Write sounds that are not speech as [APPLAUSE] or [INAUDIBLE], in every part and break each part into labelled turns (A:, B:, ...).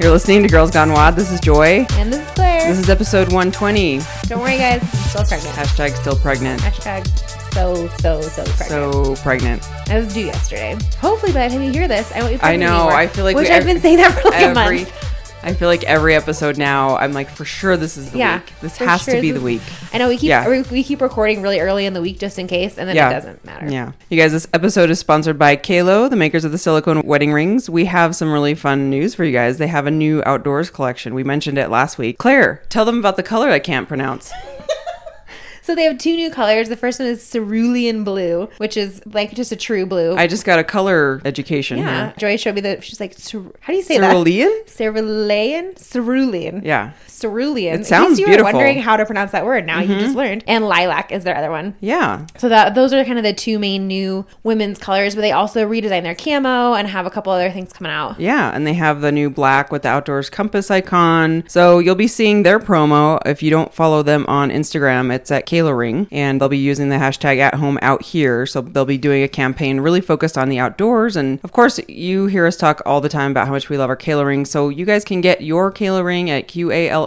A: You're listening to Girls Gone Wild. This is Joy.
B: And this is Claire.
A: This is episode 120.
B: Don't worry, guys. I'm still pregnant.
A: Hashtag still pregnant.
B: Hashtag so, so, so pregnant.
A: So pregnant.
B: I was due yesterday. Hopefully, by the time you hear this, I won't be
A: I
B: pregnant.
A: know.
B: anymore,
A: I feel like
B: Which
A: we-
B: I've been saying that for like a
A: Every,
B: month.
A: I feel like every episode now, I'm like, for sure this is the
B: Yeah,
A: week. This
B: for
A: has to
B: sure
A: be
B: this
A: the
B: is-
A: week.
B: I know we keep
A: Yeah.
B: we, we keep recording really early in the week just in case, and then
A: Yeah.
B: it doesn't matter.
A: Yeah. You guys, this episode is sponsored by Kalo, the makers of the silicone wedding rings. We have some really fun news for you guys. They have a new outdoors collection. We mentioned it last week. Claire, tell them about the color I can't pronounce.
B: So they have two new colors. The first one is cerulean blue, which is like just a true blue.
A: I just got a color education.
B: yeah.
A: here.
B: Joy showed me the. She's like, "Cer- how do you say that?
A: Cerulean?
B: Cerulean, cerulean,
A: Yeah.
B: cerulean. In case
A: sounds
B: you
A: beautiful. Mm-hmm.
B: were wondering how to pronounce that word. Now you just learned. And lilac is their other one.
A: Yeah.
B: So that those are kind of the two main new women's colors, but they also redesign their camo and have a couple other things coming out.
A: Yeah, and they have the new black with the outdoors compass icon. So you'll be seeing their promo. If you don't follow them on Instagram, it's at Kayla Ring, and they'll be using the hashtag at home out here. So they'll be doing a campaign really focused on the outdoors. And of course, you hear us talk all the time about how much we love our Kayla Ring. So you guys can get your Kayla Ring at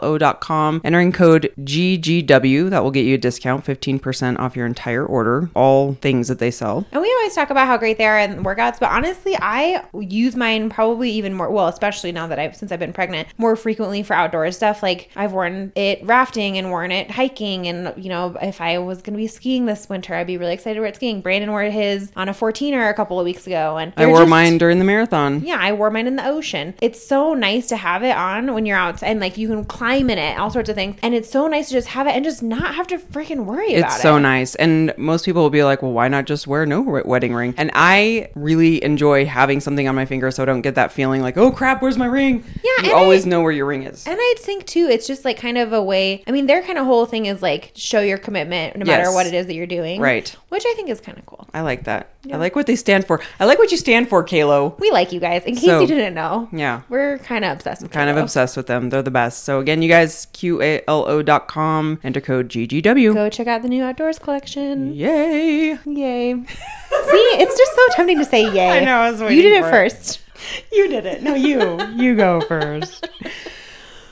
A: QALO.com, entering code GGW. That will get you a discount 15% off your entire order, all things that they sell.
B: And we always talk about how great they are in workouts, but honestly, I use mine probably even more well, especially now that I've since I've been pregnant, more frequently for outdoor stuff. Like I've worn it rafting and worn it hiking, and you know, if I was going to be skiing this winter, I'd be really excited to wear it skiing. Brandon wore his on a 14er a couple of weeks ago, and
A: I
B: they're
A: wore
B: just-
A: mine during the marathon.
B: Yeah, I wore mine in the ocean. It's so nice to have it on when you're outside and like you can climb in it, all sorts of things. And it's so nice to just have it and just not have to freaking worry about it.
A: It's so nice. And most people will be like, well, why not just wear no re- wedding ring? And I really enjoy having something on my finger so I don't get that feeling like, oh crap, where's my ring?
B: Yeah,
A: You
B: and
A: always
B: I-
A: know where your ring is.
B: And I think too, it's just like kind of a way. I mean, their kind of whole thing is like show your commitment no matter
A: Yes.
B: what it is that you're doing.
A: Right.
B: Which I think is kind of cool.
A: I like that. I like what they stand for. I like what you stand for, Kalo.
B: We like you guys. In case
A: So-
B: you didn't know,
A: Yeah.
B: we're kind of obsessed with
A: Kind of
B: Kalo.
A: obsessed with them. They're the best. So again, you guys, QALO.com, enter code GGW.
B: Go check out the new outdoors
A: Mm-hmm.
B: collection.
A: Yay. [LAUGHS]
B: Yay. See, it's just so tempting to say yay.
A: I know, I was
B: You
A: waiting
B: did it
A: for it.
B: first.
A: You did it. No, you. You [LAUGHS] go first.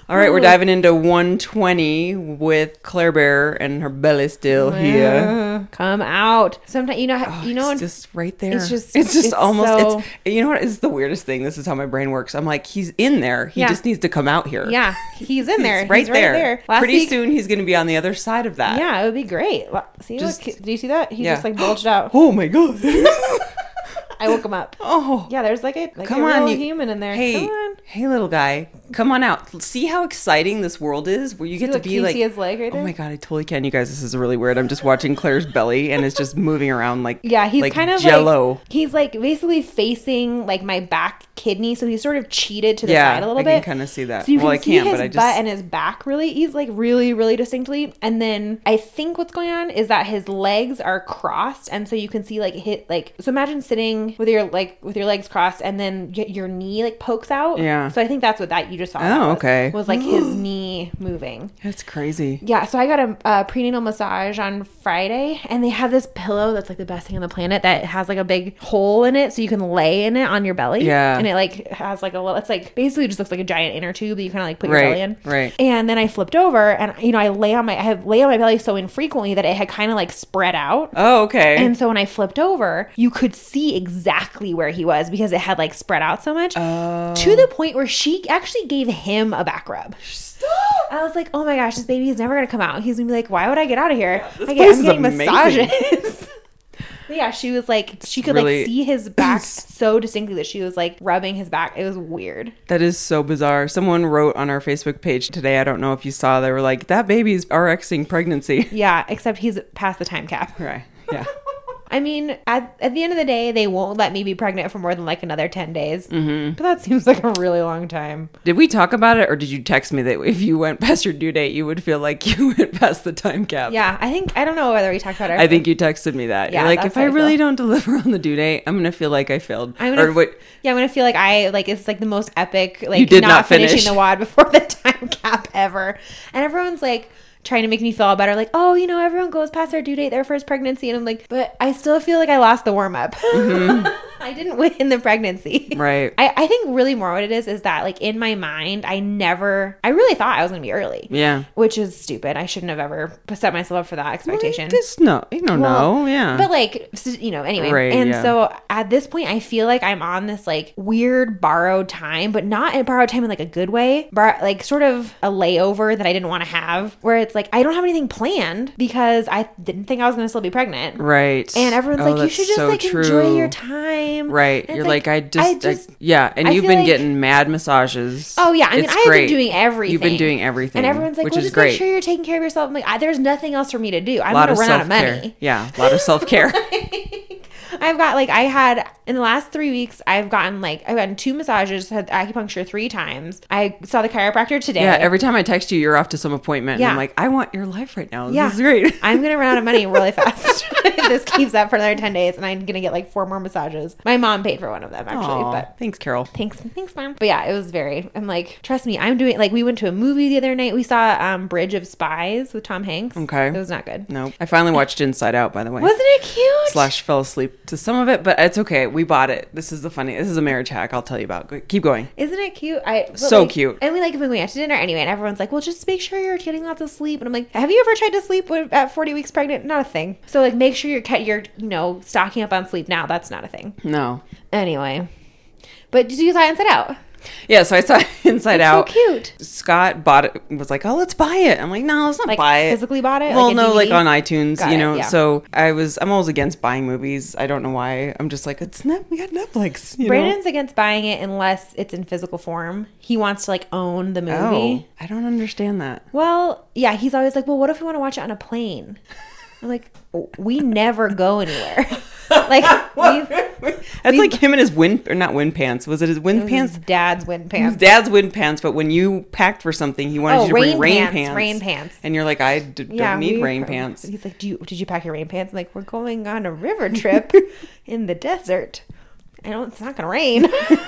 A: All right, we're diving into 120 with Claire Bear and her belly still here.
B: Come out. Sometimes you know how you know
A: Oh, it's
B: when
A: just right there.
B: it's just-
A: it's just
B: it's
A: almost.
B: so-
A: It's, you know what? It's the weirdest thing. This is how my brain works. I'm like, he's in there. He
B: Yeah.
A: just needs to come out here.
B: Yeah, he's in
A: He's
B: there. He's
A: right, there.
B: Last
A: Pretty
B: week,
A: soon, he's going to be on the other side of that.
B: Yeah, it would be great. Lo- See,
A: Just-
B: look, do you see that? He
A: Yeah.
B: just like
A: [GASPS]
B: bulged out.
A: Oh my god.
B: [LAUGHS]
A: [LAUGHS]
B: I woke him up.
A: [GASPS] oh.
B: Yeah, there's like a like
A: Come
B: a
A: on,
B: real
A: you-
B: human in there.
A: Hey,
B: Come on.
A: hey, little guy, come on out. See how exciting this world is, where you get to
B: Look, can
A: be
B: you
A: like,
B: see his leg right there?
A: oh my god, I totally can. You guys, this is really weird. I'm just watching Claire's belly, and it's just moving around like,
B: yeah, he's
A: like
B: kind of
A: jello.
B: like he's like basically facing like my back kidney, so he's sort of cheated to the
A: Yeah,
B: side a little
A: I
B: bit.
A: can kinda see that.
B: So you
A: Well,
B: can
A: I
B: see
A: can't,
B: his
A: but I just-
B: butt and his back really. He's like really, really distinctly. And then I think what's going on is that his legs are crossed, and so you can see like hit like. So imagine sitting with your like with your legs crossed, and then y- your knee like pokes out.
A: Yeah.
B: So I think that's what that you just saw. that
A: Oh,
B: was-
A: okay.
B: Was
A: [GASPS]
B: like his knee moving.
A: that's crazy.
B: Yeah, so I got a, uh prenatal massage on Friday, and they have this pillow that's like the best thing on the planet that has like a big hole in it, so you can lay in it on your belly.
A: Yeah.
B: and it like has like a little. It's like basically just looks like a giant inner tube that you kind of like put
A: Right,
B: your belly in.
A: right.
B: And then I flipped over, and you know I lay on my I have lay on my belly so infrequently that it had kind of like spread out.
A: Oh, okay.
B: And so when I flipped over, you could see exactly where he was because it had like spread out so much
A: Oh.
B: to the point where she actually gave him a back rub. I was like, oh my gosh, this baby is never gonna come out. He's gonna be like, why would I get out of here? I
A: place
B: am
A: is
B: getting
A: amazing." [LAUGHS]
B: massages. But yeah, she was like, she could
A: really-
B: like see
A: [CLEARS THROAT]
B: his back so distinctly that she was like rubbing his back. It was weird.
A: That is so bizarre. Someone wrote on our Facebook page today, I don't know if you saw, they were like, that baby's RXing pregnancy. [LAUGHS]
B: Yeah, except he's past the time cap.
A: Right. [LAUGHS] Yeah.
B: I mean, at, at the end of the day, they won't let me be pregnant for more than like another 10 days. Mm-hmm. But that seems like a really long time.
A: Did we talk about it or did you text me that if you went past your due date, you would feel like [LAUGHS] you went past the time cap?
B: Yeah, I think, I don't know whether we talked about it.
A: I think you texted me that.
B: Yeah,
A: You're like,
B: that's
A: if
B: how
A: I
B: I
A: really
B: feel.
A: don't deliver on the due date, I'm going to feel like I failed.
B: I'm gonna,
A: or what?
B: yeah, I'm gonna feel like I like it's like the most epic like
A: did
B: not,
A: not finish.
B: [LAUGHS] finishing the wad before the time cap ever. And everyone's like, trying to make me feel better, like, oh, you know, everyone goes past their due date, their first pregnancy. And I'm like, but I still feel like I lost the warm up. [LAUGHS] I didn't win the pregnancy.
A: Mm-hmm. Right.
B: I, I think really more what it is is that, like, in my mind, I never, I really thought I was going to be early.
A: Yeah.
B: Which is stupid. I shouldn't have ever set myself up for that expectation.
A: Just no, you don't know.
B: Well,
A: Yeah.
B: But like, s- you know, anyway.
A: Right,
B: and
A: yeah.
B: so at this point, I feel like I'm on this like weird borrowed time, but not in borrowed time in like a good way, Bar- like sort of a layover that I didn't want to have, where it's like I don't have anything planned because I didn't think I was going to still be pregnant.
A: right.
B: And everyone's
A: Oh,
B: like, you
A: that's
B: should just
A: so
B: like
A: true.
B: enjoy your time.
A: Right.
B: And it's
A: You're like, I just, I- yeah. And
B: I
A: you've
B: feel
A: been
B: like-
A: getting mad massages.
B: Oh yeah, I mean,
A: It's
B: I've
A: great.
B: been doing everything.
A: You've been doing everything.
B: and everyone's like,
A: which
B: "Well,
A: is
B: just
A: great.
B: make sure you're taking care of yourself." I'm like, I, "There's nothing else for me to do. I'm
A: a lot
B: gonna
A: of
B: run out of
A: self-care.
B: money."
A: Yeah. A lot of self
B: [LAUGHS]
A: care.
B: I've got like I had in the last three weeks. I've gotten like I've gotten two massages, had acupuncture three times. I saw the chiropractor today.
A: yeah. Every time I text you, you're off to some appointment. And I'm
B: Yeah.
A: like, I want your life right now.
B: Yeah.
A: This is great. [LAUGHS]
B: I'm gonna run out of money really fast [LAUGHS] if this keeps up for another ten days, and I'm gonna get like four more massages. My mom paid for one of them actually,
A: Aw,
B: but.
A: thanks, Carol.
B: Thanks, thanks, mom. But yeah, it was very. I'm like, trust me, I'm doing. Like, we went to a movie the other night. We saw um Bridge of Spies with Tom Hanks.
A: Okay.
B: it was not good.
A: No, I finally watched Inside Out. By the way,
B: Wasn't it cute?
A: slash fell asleep to some of it, but it's okay. We bought it. This is the funny. This is a marriage hack. I'll tell you about. Go- Keep going.
B: Isn't it cute? I but,
A: So
B: like-
A: cute.
B: And we like been going out to dinner anyway, and everyone's like, "Well, just make sure you're getting lots of sleep." And I'm like, "Have you ever tried to sleep when- at 40 weeks pregnant? Not a thing." So like, make sure you're ca- you're you know stocking up on sleep now. That's not a thing.
A: No.
B: Anyway, but did you saw Inside Out?
A: Yeah, so I saw [LAUGHS] Inside
B: It's
A: Out.
B: so cute.
A: Scott bought it. Was like, oh, let's buy it. I'm like, no, let's not
B: Like
A: buy it.
B: physically bought it.
A: Well,
B: a
A: no, like
B: DVD?
A: on iTunes,
B: Got
A: you
B: it,
A: know.
B: yeah.
A: So I was, I'm always against buying movies. I don't know why. I'm just like, it's not. We got Netflix. You
B: Brandon's against buying it unless it's in physical form. He wants to like own the movie.
A: know. Oh, I don't understand that.
B: Well, yeah, he's always like, "Well, what if we want to watch it on a plane?" I'm [LAUGHS] like, "We never
A: [LAUGHS]
B: go anywhere." like we've
A: That's like him and his wind, or not wind pants. Was it his wind pants?
B: his dad's wind pants.
A: Dad's wind pants, but when you packed for something, he wanted
B: Oh,
A: you to bring
B: rain
A: rain pants,
B: pants, rain pants.
A: and you're like, I d- don't need
B: we-
A: rain pants.
B: He's like, "Do you did you pack your rain pants?" I'm like, "We're going on a river
A: [LAUGHS]
B: trip in the desert. I don't. It's not gonna rain." [LAUGHS]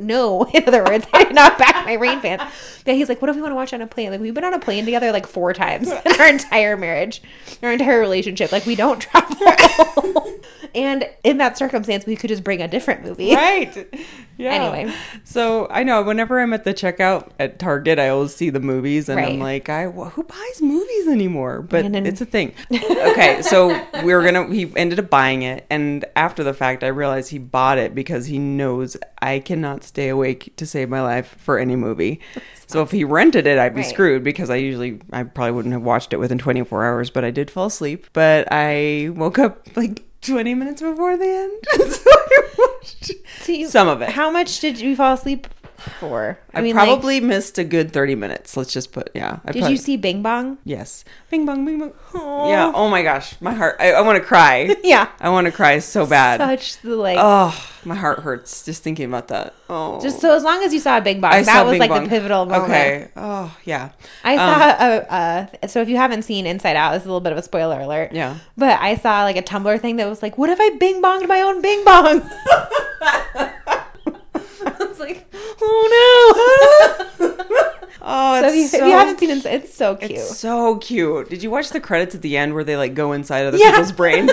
B: no, [LAUGHS] in other words, I did not pack my rain pants. Yeah, he's like, "What if we want to watch on a plane?" Like we've been on a plane together like four times [LAUGHS] in our entire marriage, our entire relationship. Like we
A: [LAUGHS]
B: don't [LAUGHS] travel. and in that circumstance, we could just bring a different movie. [LAUGHS]
A: right. Yeah.
B: Anyway.
A: so I know whenever I'm at the checkout at Target, I always see the movies, and I'm
B: Right.
A: like, I wh- who buys movies anymore? But
B: Brandon. [LAUGHS]
A: it's a thing. Okay, so we are gonna. He ended up buying it, and after the fact, I realized he bought it because he knows I cannot stay awake to save my life for any
B: [LAUGHS]
A: movie. So if he rented it, I'd be
B: Right.
A: screwed because I usually I probably wouldn't have watched it within 24 hours. But I did fall asleep. But I woke up like 20 minutes before the end. [LAUGHS] so I watched
B: See,
A: some of it.
B: How much did you fall asleep for?
A: I,
B: like,
A: probably missed a good 30 minutes. Let's just put, yeah. I
B: did
A: probably,
B: you see Bing Bong?
A: Yes. Bing bong, bing bong.
B: Aw.
A: Yeah. Oh my gosh. My heart. I, I want to cry.
B: [LAUGHS] Yeah.
A: I want to cry so bad.
B: Such the like.
A: oh, my heart hurts just thinking about that. Oh.
B: Just so as long as you saw Big Bang,
A: I saw
B: that was
A: Bing
B: like
A: Bong.
B: the pivotal moment.
A: Okay. Oh, yeah.
B: I
A: Um,
B: saw a, a. So if you haven't seen Inside Out, this is a little bit of a spoiler alert.
A: Yeah.
B: But I saw like a Tumblr thing that was like, "What if I Bing Bonged my own Bing Bong?" [LAUGHS] I was like, [LAUGHS] "Oh no!"
A: [LAUGHS] Oh,
B: so,
A: it's
B: if you,
A: so,
B: if you haven't seen Inside, it's so cute.
A: it's so cute. Did you watch the credits at the end where they like go inside other
B: Yeah.
A: people's
B: [LAUGHS]
A: brains?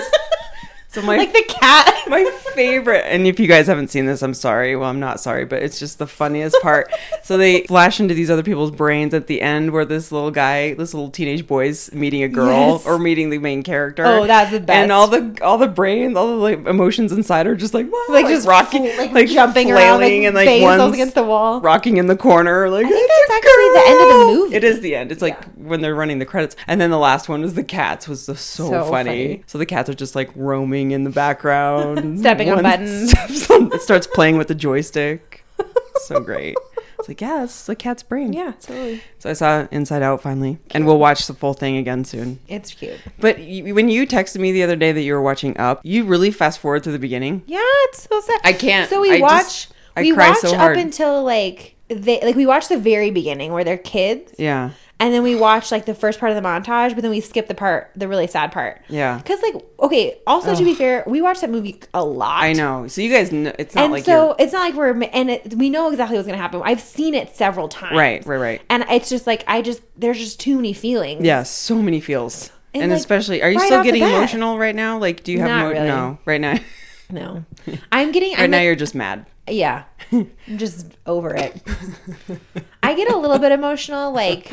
A: So my
B: like the cat.
A: [LAUGHS] my favorite and if you guys haven't seen this i'm sorry well i'm not sorry but it's just the funniest part so they flash into these other people's brains at the end where this little guy this little teenage boy's meeting a girl
B: Yes.
A: or meeting the main character
B: Oh, that's the best.
A: and all the all the brains all the like, emotions inside are just like wow,
B: like just
A: rocking
B: rocking, like, jumping around, like,
A: flailing and like
B: banging
A: one's
B: themselves against the wall.
A: rocking in the corner like
B: I think
A: "It's a
B: that's actually the end of the
A: girl!"
B: movie.
A: it is the end it's like when they're running the credits and then the last one was the cats was just so,
B: So
A: funny.
B: funny.
A: so the cats are just like roaming in the background
B: [LAUGHS] Stepping on
A: One [LAUGHS]
B: buttons.
A: steps on- it starts playing with the joystick. [LAUGHS] So great. It's like, yeah, that's the cat's brain.
B: Yeah, totally.
A: So I saw Inside Out finally, and we'll watch the full thing again soon.
B: It's cute.
A: But y- when you texted me the other day that you were watching Up, you really fast forward to the beginning.
B: Yeah, it's so sad.
A: I can't-
B: So we
A: I
B: watch.
A: just- I
B: we
A: cry
B: watch
A: so
B: up
A: hard.
B: until like they like we watch the very beginning where they're kids,
A: Yeah.
B: and then we watched like the first part of the montage, but then we skipped the part, the really sad part.
A: Yeah.
B: Because like, okay. Also, to be fair, we watched that movie a lot.
A: I know. So you guys, know, it's not
B: And
A: like
B: so
A: you're
B: it's not like we're and it, we know exactly what's going to happen. I've seen it several times.
A: right, right, right.
B: And it's just like I just there's just too many feelings.
A: Yeah, so many feels. And,
B: And, like,
A: especially, are you
B: right
A: still
B: off the
A: getting
B: bat.
A: emotional right now? Like, do you have
B: Not
A: mo-
B: really.
A: no right now? [LAUGHS] right
B: No. I'm getting I'm
A: now,
B: like-
A: you're just mad.
B: Yeah. I'm just over
A: [LAUGHS]
B: it. I get a little bit emotional. Like,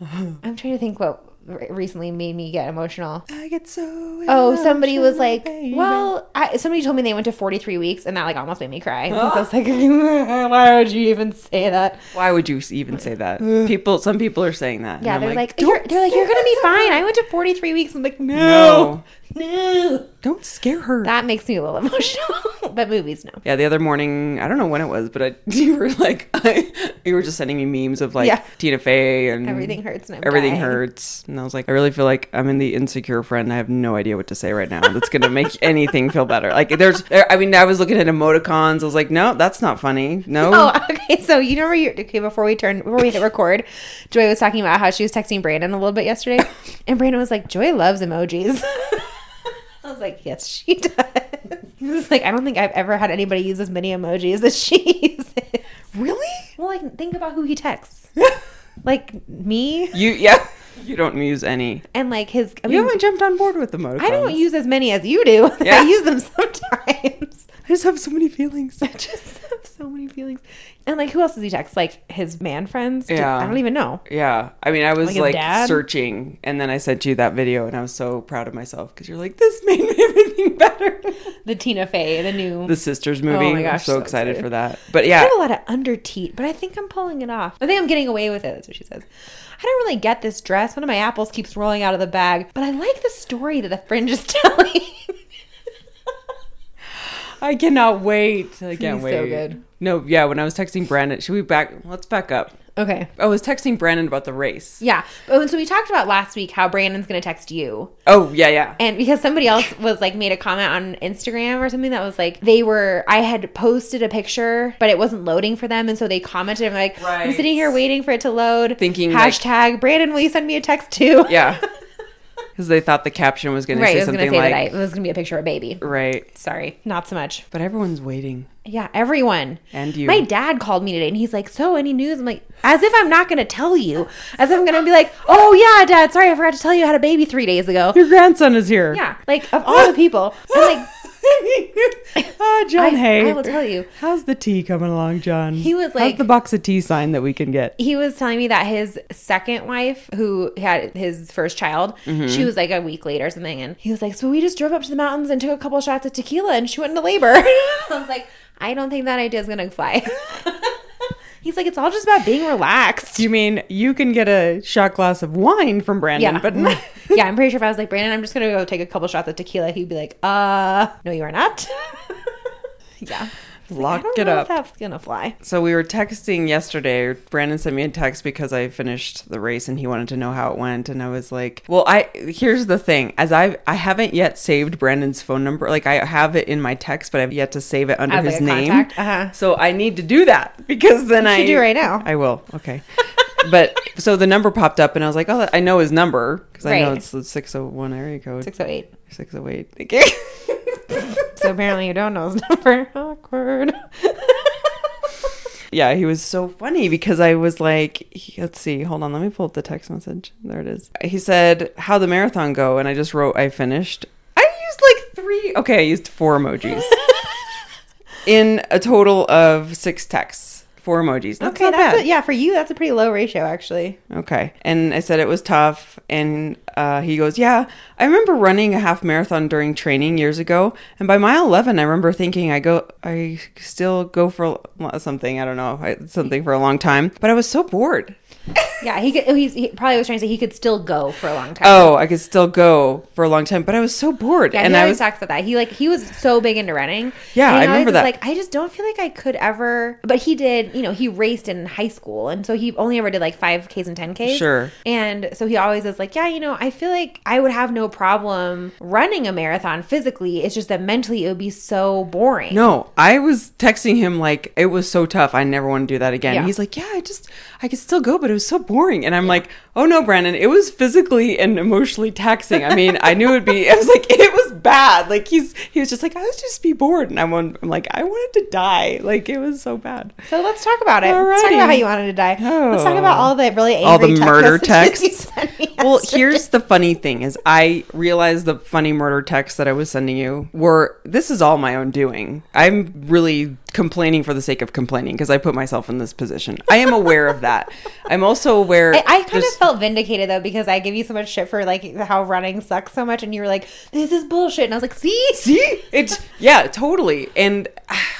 B: I'm trying to think what re- recently made me get emotional.
A: I get so.
B: Oh, somebody was like, well, I, somebody told me they went to 43 weeks, and that like almost made
A: [LAUGHS]
B: me cry. 'Cause I was like, [LAUGHS] why would you even say that?
A: why would you even say that? People, some people are saying that. and
B: Yeah,
A: I'm
B: they're like, you're, they're like, you're gonna be fine. I went to 43 weeks. I'm like, no,
A: No.
B: no.
A: don't scare her.
B: That makes me a little [LAUGHS] emotional. but movies, no.
A: Yeah, the other morning, I don't know when it was, but I, [LAUGHS] you were like, you were just sending me memes of like
B: Yeah.
A: Tina Fey and
B: Everything hurts. And I'm
A: Everything
B: dying.
A: hurts. And I was like, I really feel like I'm in the insecure friend. I have no idea what to say right now. That's going to
B: [LAUGHS]
A: make anything feel better. Like, there's, there, I mean, I was looking at emoticons. I was like, no, that's not funny. No.
B: [LAUGHS] Oh, okay. So you know where you okay before we turn before we hit record, Joy was talking about how she was texting Brandon a little
A: [LAUGHS]
B: bit yesterday, and Brandon was like, "Joy loves emojis." [LAUGHS] I was like, "Yes, she does." He was like, "I don't think I've ever had anybody use as many emojis as she [LAUGHS] uses."
A: really?
B: Well, like think about who he texts, like me,
A: [LAUGHS] You, yeah. You don't use any.
B: and like his. I,
A: You
B: mean,
A: haven't jumped on board with emoticons.
B: I don't use as many as you do. [LAUGHS]
A: Yeah.
B: I use them sometimes. [LAUGHS]
A: I just have so many feelings.
B: I just have so many feelings. And like, who else does he text? Like his man friends? Do-
A: Yeah.
B: I don't even know.
A: Yeah. I mean, I was
B: his
A: like,
B: dad?
A: searching and then I sent you that video and I was so proud of myself because you're like, this made [LAUGHS] everything [LAUGHS] better.
B: The Tina Fey, the new.
A: the Sisters movie.
B: Oh my
A: I'm
B: gosh,
A: so,
B: so
A: excited,
B: excited.
A: for that. But
B: I
A: yeah.
B: have a lot of under teat, but I think I'm pulling it off. I think I'm getting away with it. That's what she says. I don't really get this dress. One of my apples keeps rolling out of the bag, but I like the story that the fringe is [LAUGHS] telling.
A: I cannot wait. I can't
B: so
A: wait.
B: good.
A: No, yeah. When I was texting Brandon, should we back? Let's back up.
B: okay.
A: I was texting Brandon about the race.
B: Yeah. But so we talked about last week how Brandon's going to text you.
A: Oh yeah, yeah.
B: And because somebody else was like made a comment on Instagram or something that was like they were I had posted a picture but it wasn't loading for them and so they commented and like I'm
A: Right.
B: sitting here waiting for it to load
A: Thinking, like-
B: hashtag Brandon will you send me a text too [LAUGHS]
A: yeah. Because they thought the caption was going
B: right
A: to
B: I
A: say
B: was gonna
A: something
B: say
A: like
B: that I, it was gonna be a picture of a baby
A: right,
B: sorry not so much
A: but everyone's waiting.
B: yeah everyone
A: And you.
B: my dad called me today and he's like so any news I'm like as if I'm not gonna tell you as if I'm gonna be like oh yeah dad sorry I forgot to tell you I had a baby three days ago
A: Your grandson is here. [LAUGHS]
B: yeah like of all the people I'm like
A: ah, John
B: I-
A: Hay.
B: I will tell you.
A: How's the tea coming along, John?
B: He was
A: How's
B: like-
A: the box of tea sign that we can get?
B: he was telling me that his second wife, who had his first child,
A: Mm-hmm.
B: she was like a week late or something, and he was like, "So we just drove up to the mountains and took a couple shots of tequila, and she went into labor." [LAUGHS] I was like, "I don't think that idea is gonna fly." [LAUGHS] He's like, "It's all just about being relaxed."
A: You mean you can get a shot glass of wine from Brandon,
B: [LAUGHS] Yeah,
A: but
B: yeah. I'm pretty sure if I was like Brandon, I'm just gonna go take a couple shots of tequila, he'd be like, "Uh, no, you are not." [LAUGHS] yeah, I
A: lock
B: don't
A: it
B: know
A: up.
B: if that's gonna fly.
A: So we were texting yesterday. Brandon sent me a text because I finished the race and he wanted to know how it went. And I was like, "Well, I here's the thing. As I I haven't yet saved Brandon's phone number. Like I have it in my text, but I've yet to save it under
B: As, like,
A: his
B: a
A: name.
B: contact? Uh-huh.
A: So I need to do that [LAUGHS] because then I
B: should do right now.
A: I will. Okay. but so the number popped up and I was like, "Oh, I know his number because I know
B: Right.
A: it's the 601 area code.
B: Six oh eight.
A: 608. Thank you. [LAUGHS]
B: So apparently you don't know his [LAUGHS] number. Awkward.
A: Yeah, he was so funny because I was like, he- let's see, hold on, let me pull up the text message. There it is. He said, "How the marathon go?" And I just wrote, "I finished." I used like three. Okay, I used four emojis in a total of six texts. Four emojis. That's
B: okay,
A: not
B: that's
A: bad.
B: a, yeah. For you, that's a pretty low ratio, actually.
A: Okay. And I said it was tough. And uh, he goes, Yeah, I remember running a half marathon during training years ago. And by mile 11, I remember thinking, I go, I still go for l- something. I don't know, I- something for a long time. But I was so bored.
B: Yeah, he could, oh, he's, he probably was trying to say he could still go for a long time.
A: Oh, I could still go for a long time. But I was so bored.
B: yeah,
A: and
B: he
A: I
B: always
A: was,
B: talks about that. He like he was so big into running.
A: Yeah,
B: And he
A: I remember
B: always
A: that.
B: was Like I just don't feel like I could ever. But he did. You know, he raced in high school, and so he only ever did like five Ks and ten Ks.
A: Sure.
B: And so he always is like, yeah, you know, I feel like I would have no problem running a marathon physically. It's just that mentally it would be so
A: [LAUGHS]
B: boring.
A: no, I was texting him like it was so tough. I never want to do that again.
B: Yeah.
A: He's like, yeah, I just I could still go, but it was so boring. And I'm like, oh no, Brandon, it was physically and emotionally taxing. I mean, I knew it'd be, [LAUGHS] I was like, it was bad. Like he's, he was just like, I was just be bored. And I'm, on- I'm like, I wanted to die. Like it was so bad.
B: So let's talk about it. Let's talk
A: Alrighty.
B: about how you wanted to die. Let's talk about
A: Oh.
B: all the really angry
A: All the murder
B: texts. you
A: texts.
B: sent me
A: [LAUGHS] Well,
B: yesterday.
A: here's the funny thing is I realized the funny murder texts that I was sending you were this is all my own doing. I'm really complaining for the sake of complaining because I put myself in this position. I am aware of that. I'm also aware
B: I, I kind
A: there's-
B: of felt vindicated though because I give you so much shit for like how running sucks so much, and you were like, "This is bullshit," and I was like, "See,
A: See? It's yeah, totally. And [SIGHS] ah,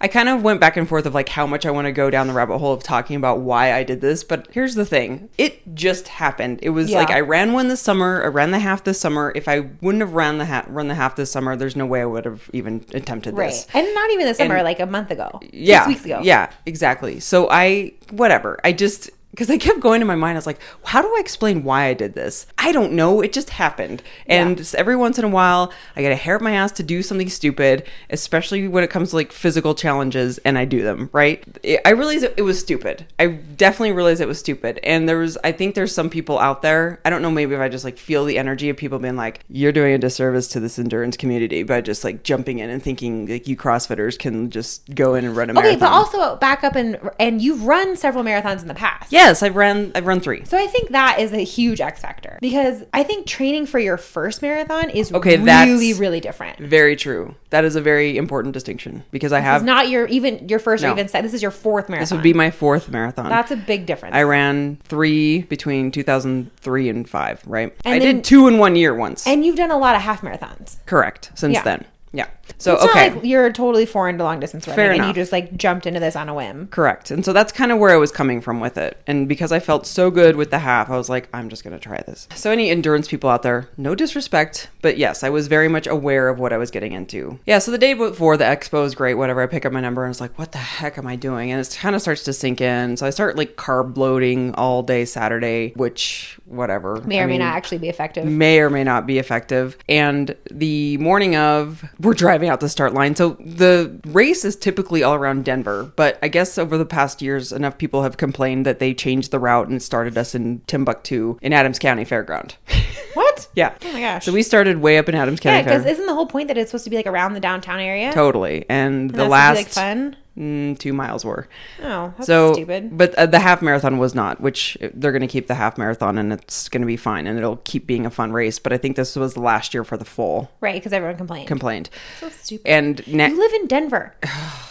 A: I kind of went back and forth of like how much I want to go down the rabbit hole of talking about why I did this, but here's the thing. It just happened. It was
B: Yeah.
A: like I ran one this summer, I ran the half this summer. If I wouldn't have ran the ha- run the half this summer, there's no way I would have even attempted
B: right?"
A: this.
B: And not even this summer, like a month ago,
A: Yeah.
B: six weeks ago,
A: Yeah, exactly. So I whatever. I just because I kept going in my mind, I was like, how do I explain why I did this? I don't know. It just happened. And just every once in a while, I get a hair up my ass to do something stupid, especially when it comes to like physical challenges, and I do them, right? It- I realized it it was stupid. I definitely realized it was stupid. And there was, I think there's some people out there, I don't know, maybe if I just like feel the energy of people being like, you're doing a disservice to this endurance community by just like jumping in and thinking like you CrossFitters can just go in and run a
B: Okay,
A: marathon.
B: but also back up and and you've run several marathons in the past.
A: Yes, I've run. I've run three.
B: So I think that is a huge X factor because I think training for your first marathon is
A: Okay, that's-
B: really really different.
A: Very true. That is a very important distinction because I
B: It's
A: have.
B: not your even your first or
A: No.
B: even second. This is your fourth marathon.
A: this would be my fourth marathon.
B: That's a big difference.
A: I ran three between 2003 and five. Right.
B: And
A: I
B: then-
A: did two in one year once.
B: and you've done a lot of half marathons.
A: Correct. Since
B: Yeah.
A: then. Yeah. So
B: It's
A: okay.
B: not like you're totally foreign to long distance running
A: Fair
B: and
A: enough.
B: you just like jumped into this on a whim.
A: Correct. And so that's kind of where I was coming from with it. And because I felt so good with the half, I was like, I'm just going to try this. So, any endurance people out there, no disrespect, but yes, I was very much aware of what I was getting into. Yeah. So the day before the expo is great, whatever. I pick up my number and it's like, what the heck am I doing? And it kind of starts to sink in. So I start like carb bloating all day Saturday, which, whatever.
B: May or
A: I
B: may
A: mean,
B: not actually be effective.
A: may or may not be effective. And the morning of, we're driving out the start line. So the race is typically all around Denver, but I guess over the past years, enough people have complained that they changed the route and started us in Timbuktu in Adams County Fairground. [LAUGHS]
B: What?
A: yeah.
B: Oh my gosh.
A: So we started way up in Adams County
B: yeah, because
A: Fair.
B: isn't the whole point that it's supposed to be like around the downtown area?
A: Totally. And,
B: And
A: the
B: that's
A: last
B: supposed to be, like fun.
A: mm, two miles were.
B: Oh, that's
A: so
B: stupid.
A: But uh, the half marathon was not, which uh, they're going to keep the half marathon and it's going to be fine and it'll keep being a fun race. But I think this was last year for the full
B: Right, because everyone complained.
A: complained.
B: so stupid.
A: And ne-
B: you live
A: [SIGHS]
B: in Denver.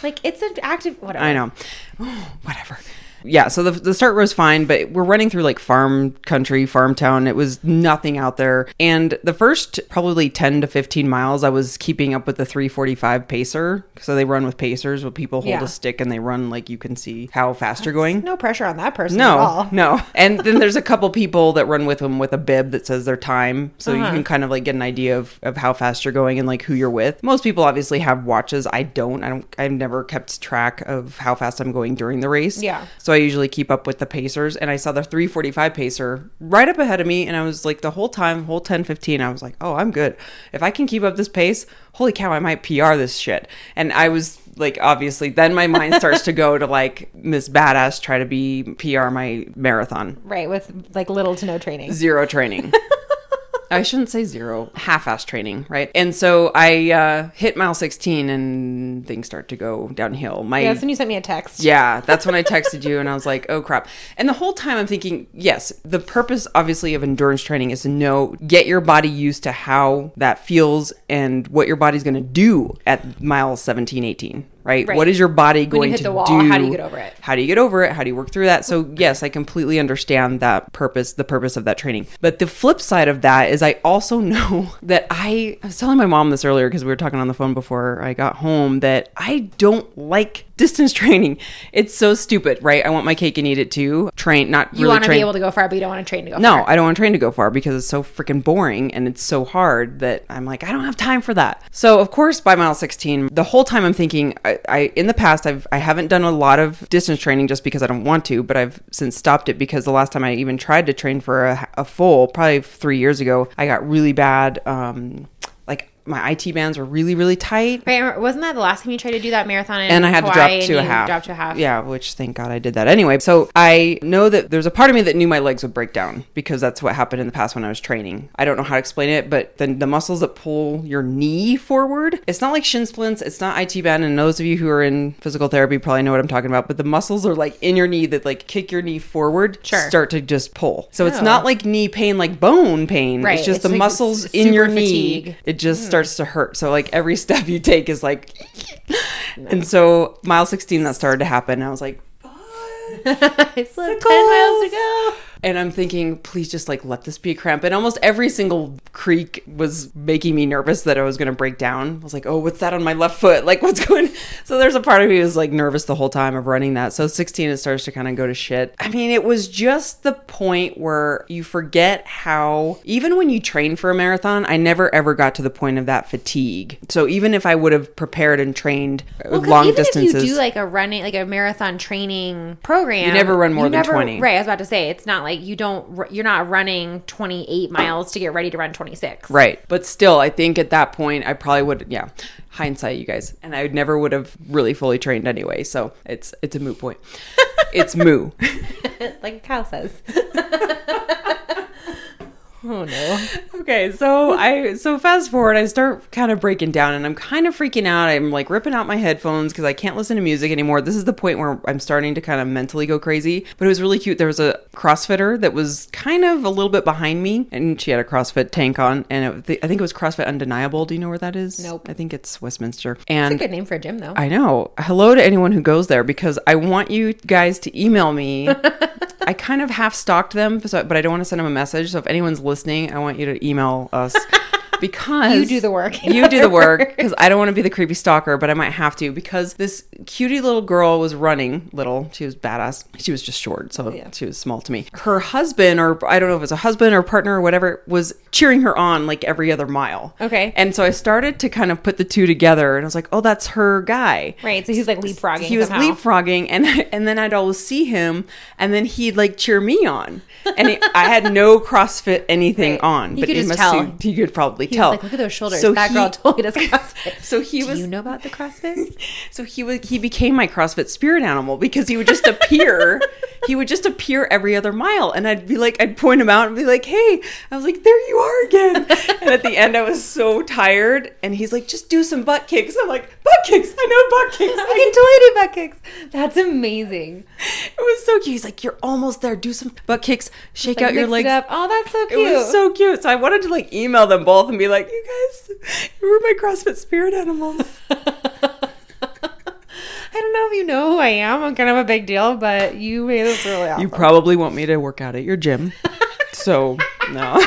B: like it's an active whatever.
A: Eh, I know. [GASPS] Whatever. Yeah, so the, the start was fine, but we're running through like farm country, farm town. It was nothing out there. And the first probably 10 to 15 miles, I was keeping up with the 345 pacer. So they run with pacers where people hold
B: Yeah.
A: a stick and they run like you can see how fast you're going.
B: No pressure on that person at
A: No,
B: all.
A: no. [LAUGHS] And then there's a couple people that run with them with a bib that says their time. So you can kind of like get an idea of, of how fast you're going and like who you're with. Most people obviously have watches. I don't. I don't I've never kept track of how fast I'm going during the race.
B: Yeah.
A: So I usually keep up with the pacers and I saw the 345 pacer right up ahead of me and I was like the whole time, whole 10 15, I was like, "Oh, I'm good. If I can keep up this pace, holy cow, I might PR this shit." And I was like obviously then my mind starts to go to like Miss Badass try to be PR my marathon.
B: Right, with like little to no training.
A: Zero
B: [LAUGHS]
A: training. I shouldn't say zero, half ass training, right? And so I uh, hit mile 16 and things start to go downhill. My
B: Yeah, that's when you sent me a text.
A: yeah, that's when I texted you and I was like, oh crap. And the whole time I'm thinking, yes, the purpose obviously of endurance training is to know, get your body used to how that feels and what your body's going to do at mile 17, 18, right?
B: Right.
A: What is your body
B: you
A: going
B: hit
A: to
B: the wall,
A: do?
B: how do you get over it?
A: How do you get over it? How do you work through that? So, yes, I completely understand that purpose, the purpose of that training. But the flip side of that is I also [LAUGHS] know that I, I was telling my mom this earlier because we were talking on the phone before I got home that I don't like [LAUGHS] distance training. It's so stupid, right? I want my cake and eat it too. Train, not
B: You
A: really
B: want to
A: train-
B: be able to go far, but you don't want to train to go
A: no,
B: far.
A: I don't want to train to go far because it's so freaking boring and it's so hard that I'm like, I don't have time for that. So of course, by mile 16, the whole time I'm thinking, I, I in the past I've I haven't done a lot of distance training just because I don't want to, but I've since stopped it because the last time I even tried to train for a, a full, probably three years ago, I got really bad. Um, like my IT bands were really, really tight.
B: Right, or wasn't that the last time you tried to do that marathon? In
A: and I had to
B: Hawaii and
A: drop to a
B: you
A: half.
B: Dropped to a half. [LAUGHS]
A: Yeah, which thank God I did that anyway. So I know that there's a part of me that knew my legs would break down because that's what happened in the past when I was training. I don't know how to explain it, but the, the muscles that pull your knee forward, it's not like shin splints, it's not IT band. And those of you who are in physical therapy probably know what I'm talking about, but the muscles are like in your knee that like kick your knee forward,
B: Sure.
A: start to just pull. So it's
B: Oh.
A: not like knee pain, like bone pain.
B: Right,
A: It's just
B: it's
A: the
B: like
A: muscles
B: s-
A: in your
B: super
A: knee
B: fatigue. Hmm.
A: it just starts to hurt. So like every [LAUGHS] step you take is like, [LAUGHS] and so mile 16 that started to happen. And I was like,
B: I still have ten miles to go.
A: and I'm thinking, please just like let this be a cramp. And almost every single creak was making me nervous that I was going to break down. I was like, oh, what's that on my left foot? Like, [LAUGHS] what's going? So there's a part of me was like nervous the whole time of running that. So 16, it starts to kind of go to shit. I mean, it was just the point where you forget how even when you train for a marathon, I never ever got to the point of that fatigue. So even if I would have prepared and trained uh,
B: 'cause
A: long
B: even
A: distances,
B: If you do like a running, like a marathon training program, you
A: never run more than 20.
B: Right, I was about to say it's not like you don't. r- You're not running 28 miles to get ready to run 26.
A: Right. But still, I think at that point, I probably would, yeah, hindsight, you guys. And I would never would have really fully trained anyway. So it's it's a moot [LAUGHS] point. it's moo.
B: like
A: [LAUGHS]
B: Kyle says. [LAUGHS] oh no.
A: Okay, so I so fast forward, I start kind of breaking down and I'm kind of freaking out. I'm like ripping out my headphones because I can't listen to music anymore. This is the point where I'm starting to kind of mentally go crazy. But it was really cute. There was a CrossFitter that was kind of a little bit behind me and she had a CrossFit tank on and it, I think it was CrossFit Undeniable. Do you know where that is?
B: Nope.
A: I think it's Westminster. And
B: It's a good name for a gym though.
A: I know. Hello to anyone who goes there because I want you guys to email
B: [LAUGHS]
A: me. I kind of half stalked them, so, but I don't want to send them a message. So if anyone's listening, I want you to email
B: [LAUGHS]
A: us because
B: You do the work.
A: You do the
B: [LAUGHS]
A: work because I don't want to be the creepy stalker, but I might have to because this cutie little girl was running. Little, she was badass. She was just short, so she was small to me. Her husband, or I don't know if it was a husband or partner or whatever, was cheering her on like every other mile.
B: Okay.
A: and so I started to kind of put the two together, and I was like, oh, that's her guy.
B: right, so he's like leapfrogging.
A: He was
B: somehow.
A: leapfrogging, and [LAUGHS] and then I'd always see him, and then he'd like cheer me on, and he, I had no CrossFit anything
B: Right.
A: on,
B: He
A: but
B: could
A: he
B: just
A: must
B: tell.
A: have- he could probably
B: He was
A: tell.
B: like, look at those
A: [LAUGHS]
B: shoulders.
A: So
B: that
A: he-
B: girl [LAUGHS] totally does CrossFit.
A: So he was
B: Do you know about
A: [LAUGHS]
B: the CrossFit? [LAUGHS]
A: so he was he became my CrossFit spirit animal because he would just
B: [LAUGHS]
A: appear. he would just appear every other mile, and I'd be like, I'd point him out and be like, "Hey," I was like, "There you are again." and at the end, I was so tired, and he's like, "Just do some butt kicks." I'm like, "Butt kicks? I know butt kicks.
B: [LAUGHS]
A: I can do
B: I do butt kicks. That's amazing.
A: it was so cute. He's like, "You're almost there. Do some butt kicks. Shake
B: Like,
A: out your
B: mix it
A: legs."
B: up. Oh, that's so
A: It
B: cute.
A: was so cute. So I wanted to like email them both and be like, "You guys, you were my CrossFit spirit animals."
B: [LAUGHS] I don't know if you know who I am. I'm kind of a big deal, but you made this really awesome.
A: You probably want me to work out at your
B: [LAUGHS]
A: gym. so, no.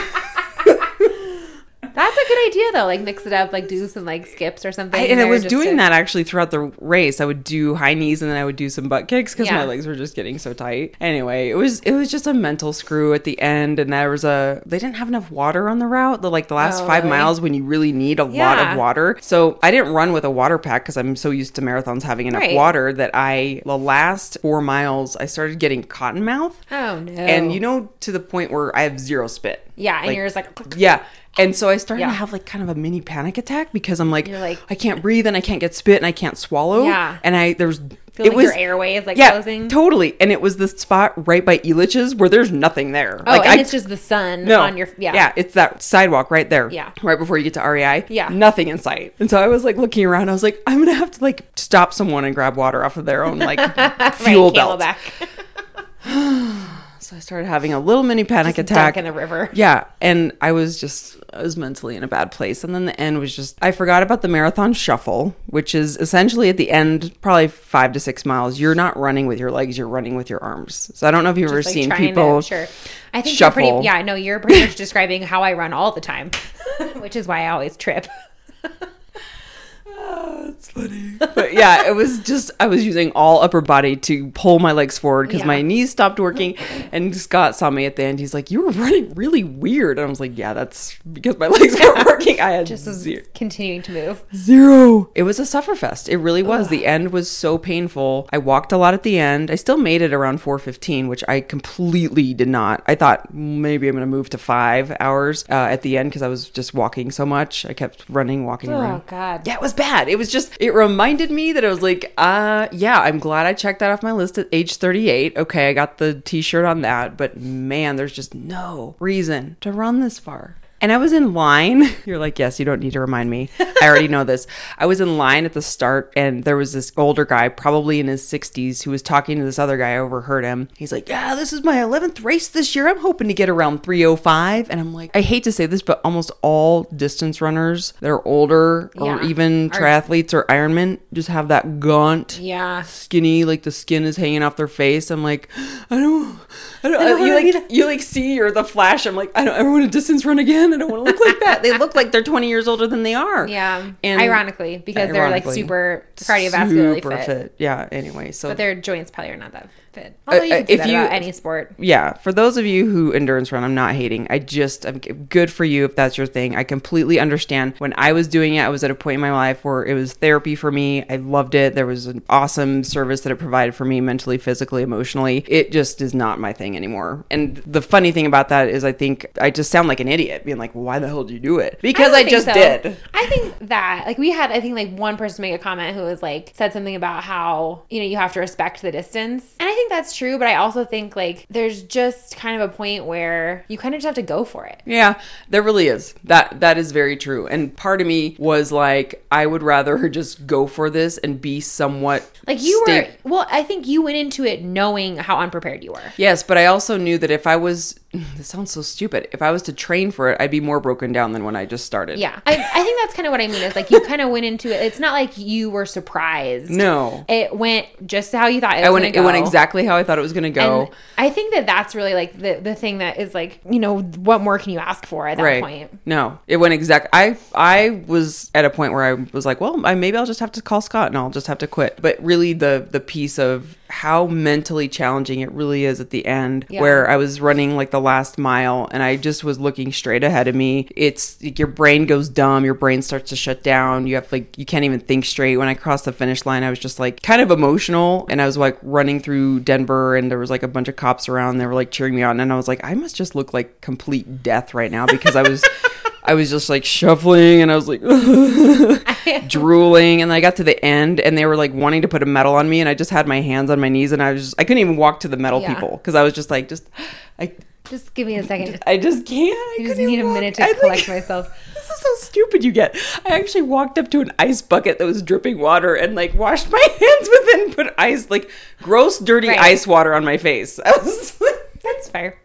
B: That's a good idea though. Like mix it up, like do some like skips or
A: [LAUGHS]
B: something.
A: and I
B: there
A: was
B: just
A: doing
B: to-
A: that actually throughout the race. I would do high knees and then I would do some butt kicks because
B: Yeah.
A: my legs were just getting so tight. Anyway, it was it was just a mental screw at the end, and there was a they didn't have enough water on the route. The like the last
B: Oh,
A: five
B: really?
A: miles when you really need a lot
B: Yeah.
A: of water. So I didn't run with a water pack because I'm so used to marathons having enough
B: Right.
A: water that I the last four miles I started getting cotton mouth,
B: Oh no.
A: and you know to the point where I have zero spit.
B: Yeah, and
A: like,
B: you're just like click, click.
A: Yeah. And so I started
B: Yeah.
A: to have like kind of a mini panic attack because I'm like,
B: You're like-
A: I can't breathe and I can't get spit and I can't swallow.
B: Yeah.
A: And I there's
B: feel
A: it
B: like
A: was
B: your airway is like
A: yeah
B: closing.
A: totally. And it was the spot right by Elitch's where there's nothing there.
B: oh,
A: like
B: and
A: I
B: it's just the sun
A: no
B: on your yeah.
A: yeah it's that sidewalk right there
B: Yeah.
A: right before you get to REI
B: Yeah.
A: nothing in sight. And so I was like looking around. I was like, I'm gonna have to like stop someone and grab water off of their own like fuel
B: [LAUGHS] right,
A: belt. [LAUGHS]
B: Camelback.
A: So I started having a little mini panic attack
B: Dunk in the river.
A: [LAUGHS] Yeah, and I was just I was mentally in a bad place. And then the end was just I forgot about the marathon shuffle, which is essentially at the end, probably five to six miles. You're not running with your legs; you're running with your arms. So I don't know if you've ever
B: Just, like,
A: seen
B: trying to-
A: people.
B: [LAUGHS] sure. I think you're
A: shuffle.
B: pretty. Yeah, no, you're pretty much describing [LAUGHS] how I run all the time, which is why I always trip.
A: That's funny. But [LAUGHS] yeah, it was just I was using all upper body to pull my legs forward because
B: Yeah.
A: my knees stopped working. And Scott saw me at the end. He's like, "You were running really weird," and I was like, "Yeah, that's because my [LAUGHS] legs weren't working. I had
B: Just
A: zero.
B: is continuing to move.
A: Zero. It was a sufferfest. It really was. The end was so painful. I walked a lot at the end. I still made it around 4:15, which I completely did not. I thought maybe I'm going to move to 5 hours uh, at the end because I was just walking so much. I kept running, walking around.
B: Oh God.
A: Yeah, it was bad. It was just it reminded me that I was like, uh yeah, I'm glad I checked that off my list at age 38. Okay, I got the t-shirt on that, but man, there's just no reason to run this far. And I was in line. [LAUGHS] You're like, yes, you don't need to remind me. I already know this. I was in line at the start, and there was this older guy, probably in his 60s, who was talking to this other guy. I overheard him. He's like, Yeah, this is my 11th race this year. I'm hoping to get around 305. And I'm like, I hate to say this, but almost all distance runners that are older or
B: Yeah.
A: even
B: Are-
A: triathletes or Ironman just have that gaunt,
B: Yeah.
A: skinny, like the skin is hanging off their face. I'm like, [GASPS] I don't, I don't,
B: don't
A: you
B: wanna be
A: like, you like see you're the flash. I'm like, I don't ever want to distance run again. I don't want to look like
B: [LAUGHS]
A: that. they look like they're 20 years older than they are.
B: Yeah.
A: And
B: ironically, because they're like
A: ironically.
B: super cardiovascularly
A: super
B: fit.
A: Yeah. Anyway, so
B: But their joints probably are not that fit. Although you
A: uh,
B: can say
A: if
B: that
A: you-
B: about any sport.
A: yeah, for those of you who endurance run, I'm not hating. I just, I'm good for you if that's your thing. I completely understand. When I was doing it, I was at a point in my life where it was therapy for me. I loved it. There was an awesome service that it provided for me mentally, physically, emotionally. It just is not my thing anymore. And the funny thing about that is, I think I just sound like an idiot being like, why the hell did you do it? Because I,
B: don't think
A: just
B: so.
A: did.
B: I think that like we had I think like one person make a comment who was like said something about how you know you have to respect the distance. And I think that's true, but I also think like there's just kind of a point where you kind of just have to go for it.
A: Yeah, there really is. That that is very true. And part of me was like, I would rather [LAUGHS] just go for this and be somewhat
B: Like you
A: sta-
B: were well, I think you went into it knowing how unprepared you were.
A: Yes, but I also knew that if I was, [SIGHS] this sounds so stupid. If I was to train for it, I'd be more broken down than when I just started.
B: Yeah. I, I think that's kind of what I mean is like you kind of went into it. It's not like you were surprised.
A: No.
B: It went just how you thought it was.
A: I went,
B: gonna
A: it went Oh.
B: go.
A: exactly how I thought it was going to go.
B: And I think that that's really like the, the thing that is like, you know, what more can you ask for at that
A: right.
B: point?
A: No, it went exact. I I was at a point where I was like, well, I, maybe I'll just have to call Scott and I'll just have to quit. But really, the the piece of how mentally challenging it really is at the end,
B: Yeah.
A: where I was running like the last mile and I just was looking straight ahead of me. It's your brain goes dumb, your brain starts to shut down. You have like you can't even think straight. When I crossed the finish line, I was just like kind of emotional and I was like running through Denver and there was like a bunch of cops around. And they were like cheering me on and I was like, I must just look like complete death right now because I was. [LAUGHS] I was just like shuffling and I was like [LAUGHS] drooling and I got to the end and they were like wanting to put a medal on me and I just had my hands on my knees and I was just I couldn't even walk to the medal
B: Yeah.
A: people because I was just like just I
B: Just give me a second.
A: I just can't. I
B: I just
A: couldn't
B: need a
A: walk.
B: minute to
A: I think-
B: collect myself.
A: [LAUGHS] This is so stupid you get. I actually walked up to an ice bucket that was dripping water and like washed my [LAUGHS] hands with it and put ice like gross dirty
B: Right.
A: ice water on my face. [LAUGHS] I was
B: That's fair.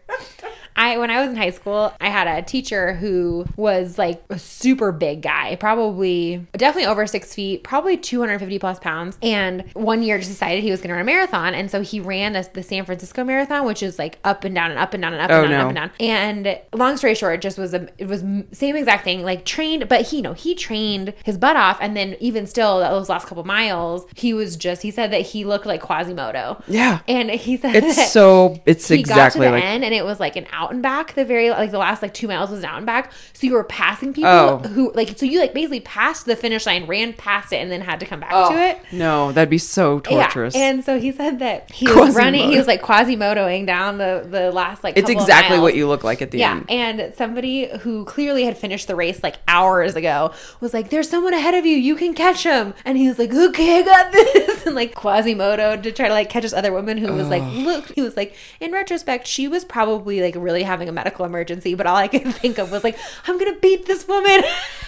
B: I when I was in high school, I had a teacher who was like a super big guy, probably definitely over six feet, probably 250 plus pounds. And one year just decided he was gonna run a marathon. And so he ran this the San Francisco marathon, which is like up and down and up and down and up
A: Oh,
B: and down
A: no.
B: and up and down. And long story short, it just was a it was m- same exact thing, like trained, but he you know, he trained his butt off and then even still those last couple miles, he was just he said that he looked like Quasimodo.
A: Yeah.
B: And he said that-
A: It's so it's
B: he
A: exactly
B: got to the
A: like
B: end and it was like an out and back the very like the last like two miles was an out and back so you were passing people
A: Oh.
B: who like so you like basically passed the finish line ran past it and then had to come back
A: Oh.
B: to it
A: No, that'd be so torturous.
B: yeah and so he said that he was
A: Quasimodo.
B: running he was like quasimodoing down the the last like
A: it's
B: couple of
A: exactly
B: miles.
A: what you look like at the
B: yeah,
A: end.
B: and somebody who clearly had finished the race like hours ago was like, "There's someone ahead of you. You can catch him." And he was like, "Okay, I got [LAUGHS] this." And like Quasimodo to try to like catch this other woman who was like, "Look," he was like, "In retrospect, she was probably like really having a medical emergency." But all I could [LAUGHS] think of was like, "I'm gonna beat this woman." [LAUGHS]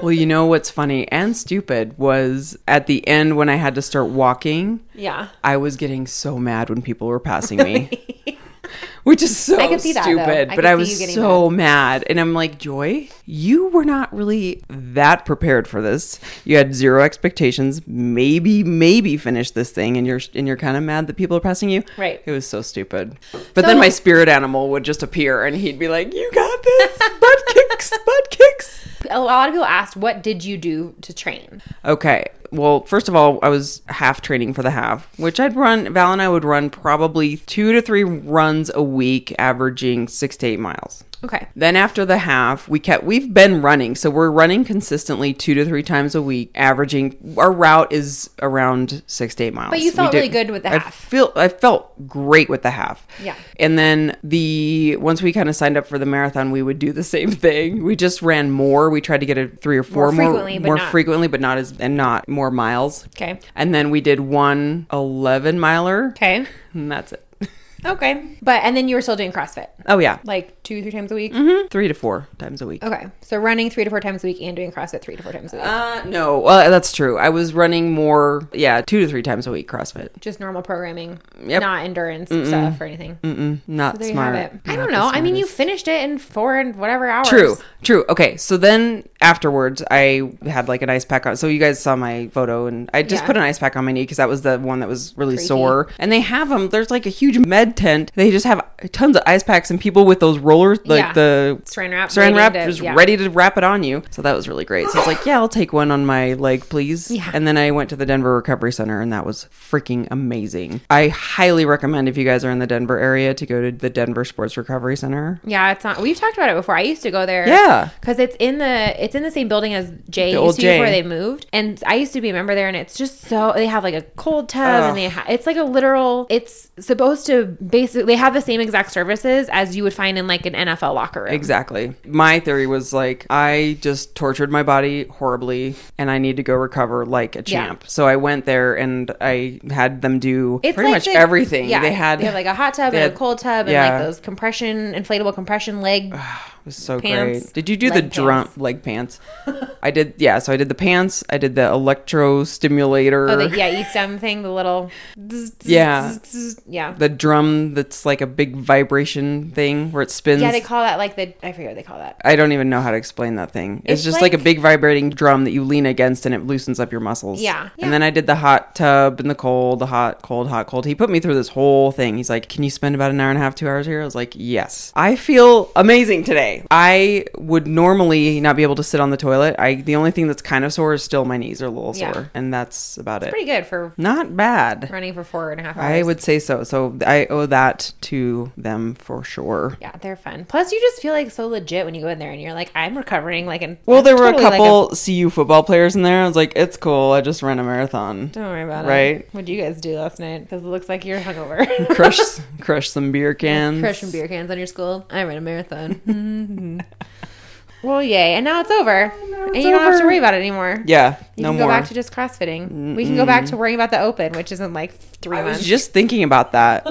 A: Well, you know what's funny and stupid was at the end when I had to start walking,
B: yeah,
A: I was getting so mad when people were passing
B: [LAUGHS]
A: me. Which is so
B: can see that, though.
A: stupid,
B: I
A: but
B: can
A: I
B: see
A: was
B: you getting
A: so mad. and I'm like, Joy, you were not really that prepared for this. You had zero expectations. Maybe, maybe finish this thing, and you're and you're kind of mad that people are passing you.
B: Right.
A: It was so stupid. But then my spirit animal would just appear, and he'd be like, "You got
B: [LAUGHS]
A: this, butt kicks, butt kicks."
B: a lot of people asked, "What did you do to train?"
A: Okay, well, first of all, I was half training for the half, which I'd run, Val and I would run probably two to three runs a week, averaging six to eight miles.
B: Okay.
A: Then after the half, we kept we've been running. So we're running consistently 2 to 3 times a week, averaging our route is around 6 to 8 miles.
B: But you
A: We
B: felt
A: did-
B: really good with the
A: I
B: half.
A: feel I felt great with the half.
B: Yeah.
A: And then the once we kind of signed up for the marathon, we would do the same thing. We just ran more. We tried to get a 3 or 4 more
B: frequently, but
A: more
B: not-
A: frequently, but not as and not more miles.
B: Okay.
A: And then we did one 11 miler.
B: Okay.
A: And that's it. [LAUGHS]
B: Okay. But and then you were still doing CrossFit
A: Oh yeah.
B: like two, three times a week.
A: 3 to 4 times a week.
B: Okay. So running three to four times a week and doing CrossFit three to four times a week.
A: Uh, no, well, that's true. I was running more, yeah, two to three times a week CrossFit.
B: just normal programming,
A: Yep.
B: not endurance stuff or anything.
A: Mm-mm, Mm, not
B: There you
A: smart.
B: have it. I
A: Not
B: don't
A: the
B: know. I mean, you
A: smartest.
B: finished it in four and whatever hours.
A: True, true. Okay, so then afterwards, I had like an ice pack on. So you guys saw my photo, and I just
B: Yeah.
A: put an ice pack on my knee because that was the one that was really
B: Creaky.
A: sore. And they have them. There's like a huge med tent. They just have tons of ice packs and people with those rollers, like
B: Yeah.
A: the
B: Saran wrap.
A: saran
B: ready
A: wrap
B: to-
A: was
B: yeah.
A: ready to wrap it on you. So that was really great. So I was like, yeah, I'll take one on my leg, please.
B: Yeah.
A: And then I went to the Denver Recovery Center, and that was freaking amazing. I highly recommend if you guys are in the Denver area to go to the Denver Sports Recovery Center.
B: Yeah, it's not. We've talked about it before. I used to go there.
A: Yeah.
B: because it's in the it's in the same building as Jay
A: The
B: used
A: old
B: to before
A: Jay.
B: they moved, and I used to be a member there. And it's just so they have like a cold tub,
A: Ugh.
B: and they ha- it's like a literal. It's supposed to basically they have the same exact services as you would find in like an NFL locker room.
A: Exactly. My theory was like, I just tortured my body horribly, and I need to go recover like a
B: Yeah.
A: champ. So I went there, and I had them do
B: It's
A: pretty
B: like
A: much
B: the-
A: everything.
B: Yeah,
A: they had.
B: they have like a hot tub
A: they
B: and a
A: had-
B: cold tub and
A: yeah.
B: like those compression inflatable compression leg.
A: It was so
B: Pants,
A: great. Did you do the
B: leg
A: drum
B: pants.
A: leg pants? I did. Yeah. So I did the pants. I did the electro stimulator.
B: Oh, the, yeah, E-stem thing, the little
A: Yeah.
B: yeah.
A: The drum that's like a big vibration thing where it spins.
B: Yeah, they call that like the I forget what they call that.
A: I don't even know how to explain that thing. It's,
B: It's
A: just like, a
B: like-
A: big vibrating drum that you lean against and it loosens up your muscles.
B: Yeah, yeah.
A: And then I did the hot tub and the cold, the hot, cold, hot, cold. He put me through this whole thing. He's like, Can you spend about an hour and a half, two hours here? I was like, Yes. I feel amazing today. I would normally not be able to sit on the toilet. I the only thing that's kind of sore is still my knees are a little
B: Yeah.
A: sore. And that's about it.
B: Pretty good for
A: Not bad.
B: running for four and a half hours.
A: I would say so. So I owe that to them for sure.
B: Yeah, they're fun. Plus, you just feel like so legit when you go in there and you're like, I'm recovering. Like, and
A: Well, there were
B: totally
A: a
B: like
A: couple CU football players in there. I was like, it's cool. I just ran a marathon.
B: don't worry about it.
A: Right.
B: What'd you guys do last night? Because it looks like
A: [LAUGHS]
B: you're hungover. [LAUGHS]
A: Crush, crush some beer cans.
B: Crush some beer cans on your school. I ran a marathon.
A: [LAUGHS]
B: [LAUGHS] Mhm. well, yay. And now it's over. and you
A: it's
B: don't have to
A: over.
B: worry about it anymore.
A: Yeah,
B: You
A: no
B: can
A: more.
B: go back to just crossfitting. We can go back to worrying about the open, which isn't like three
A: I was
B: months.
A: just thinking about that.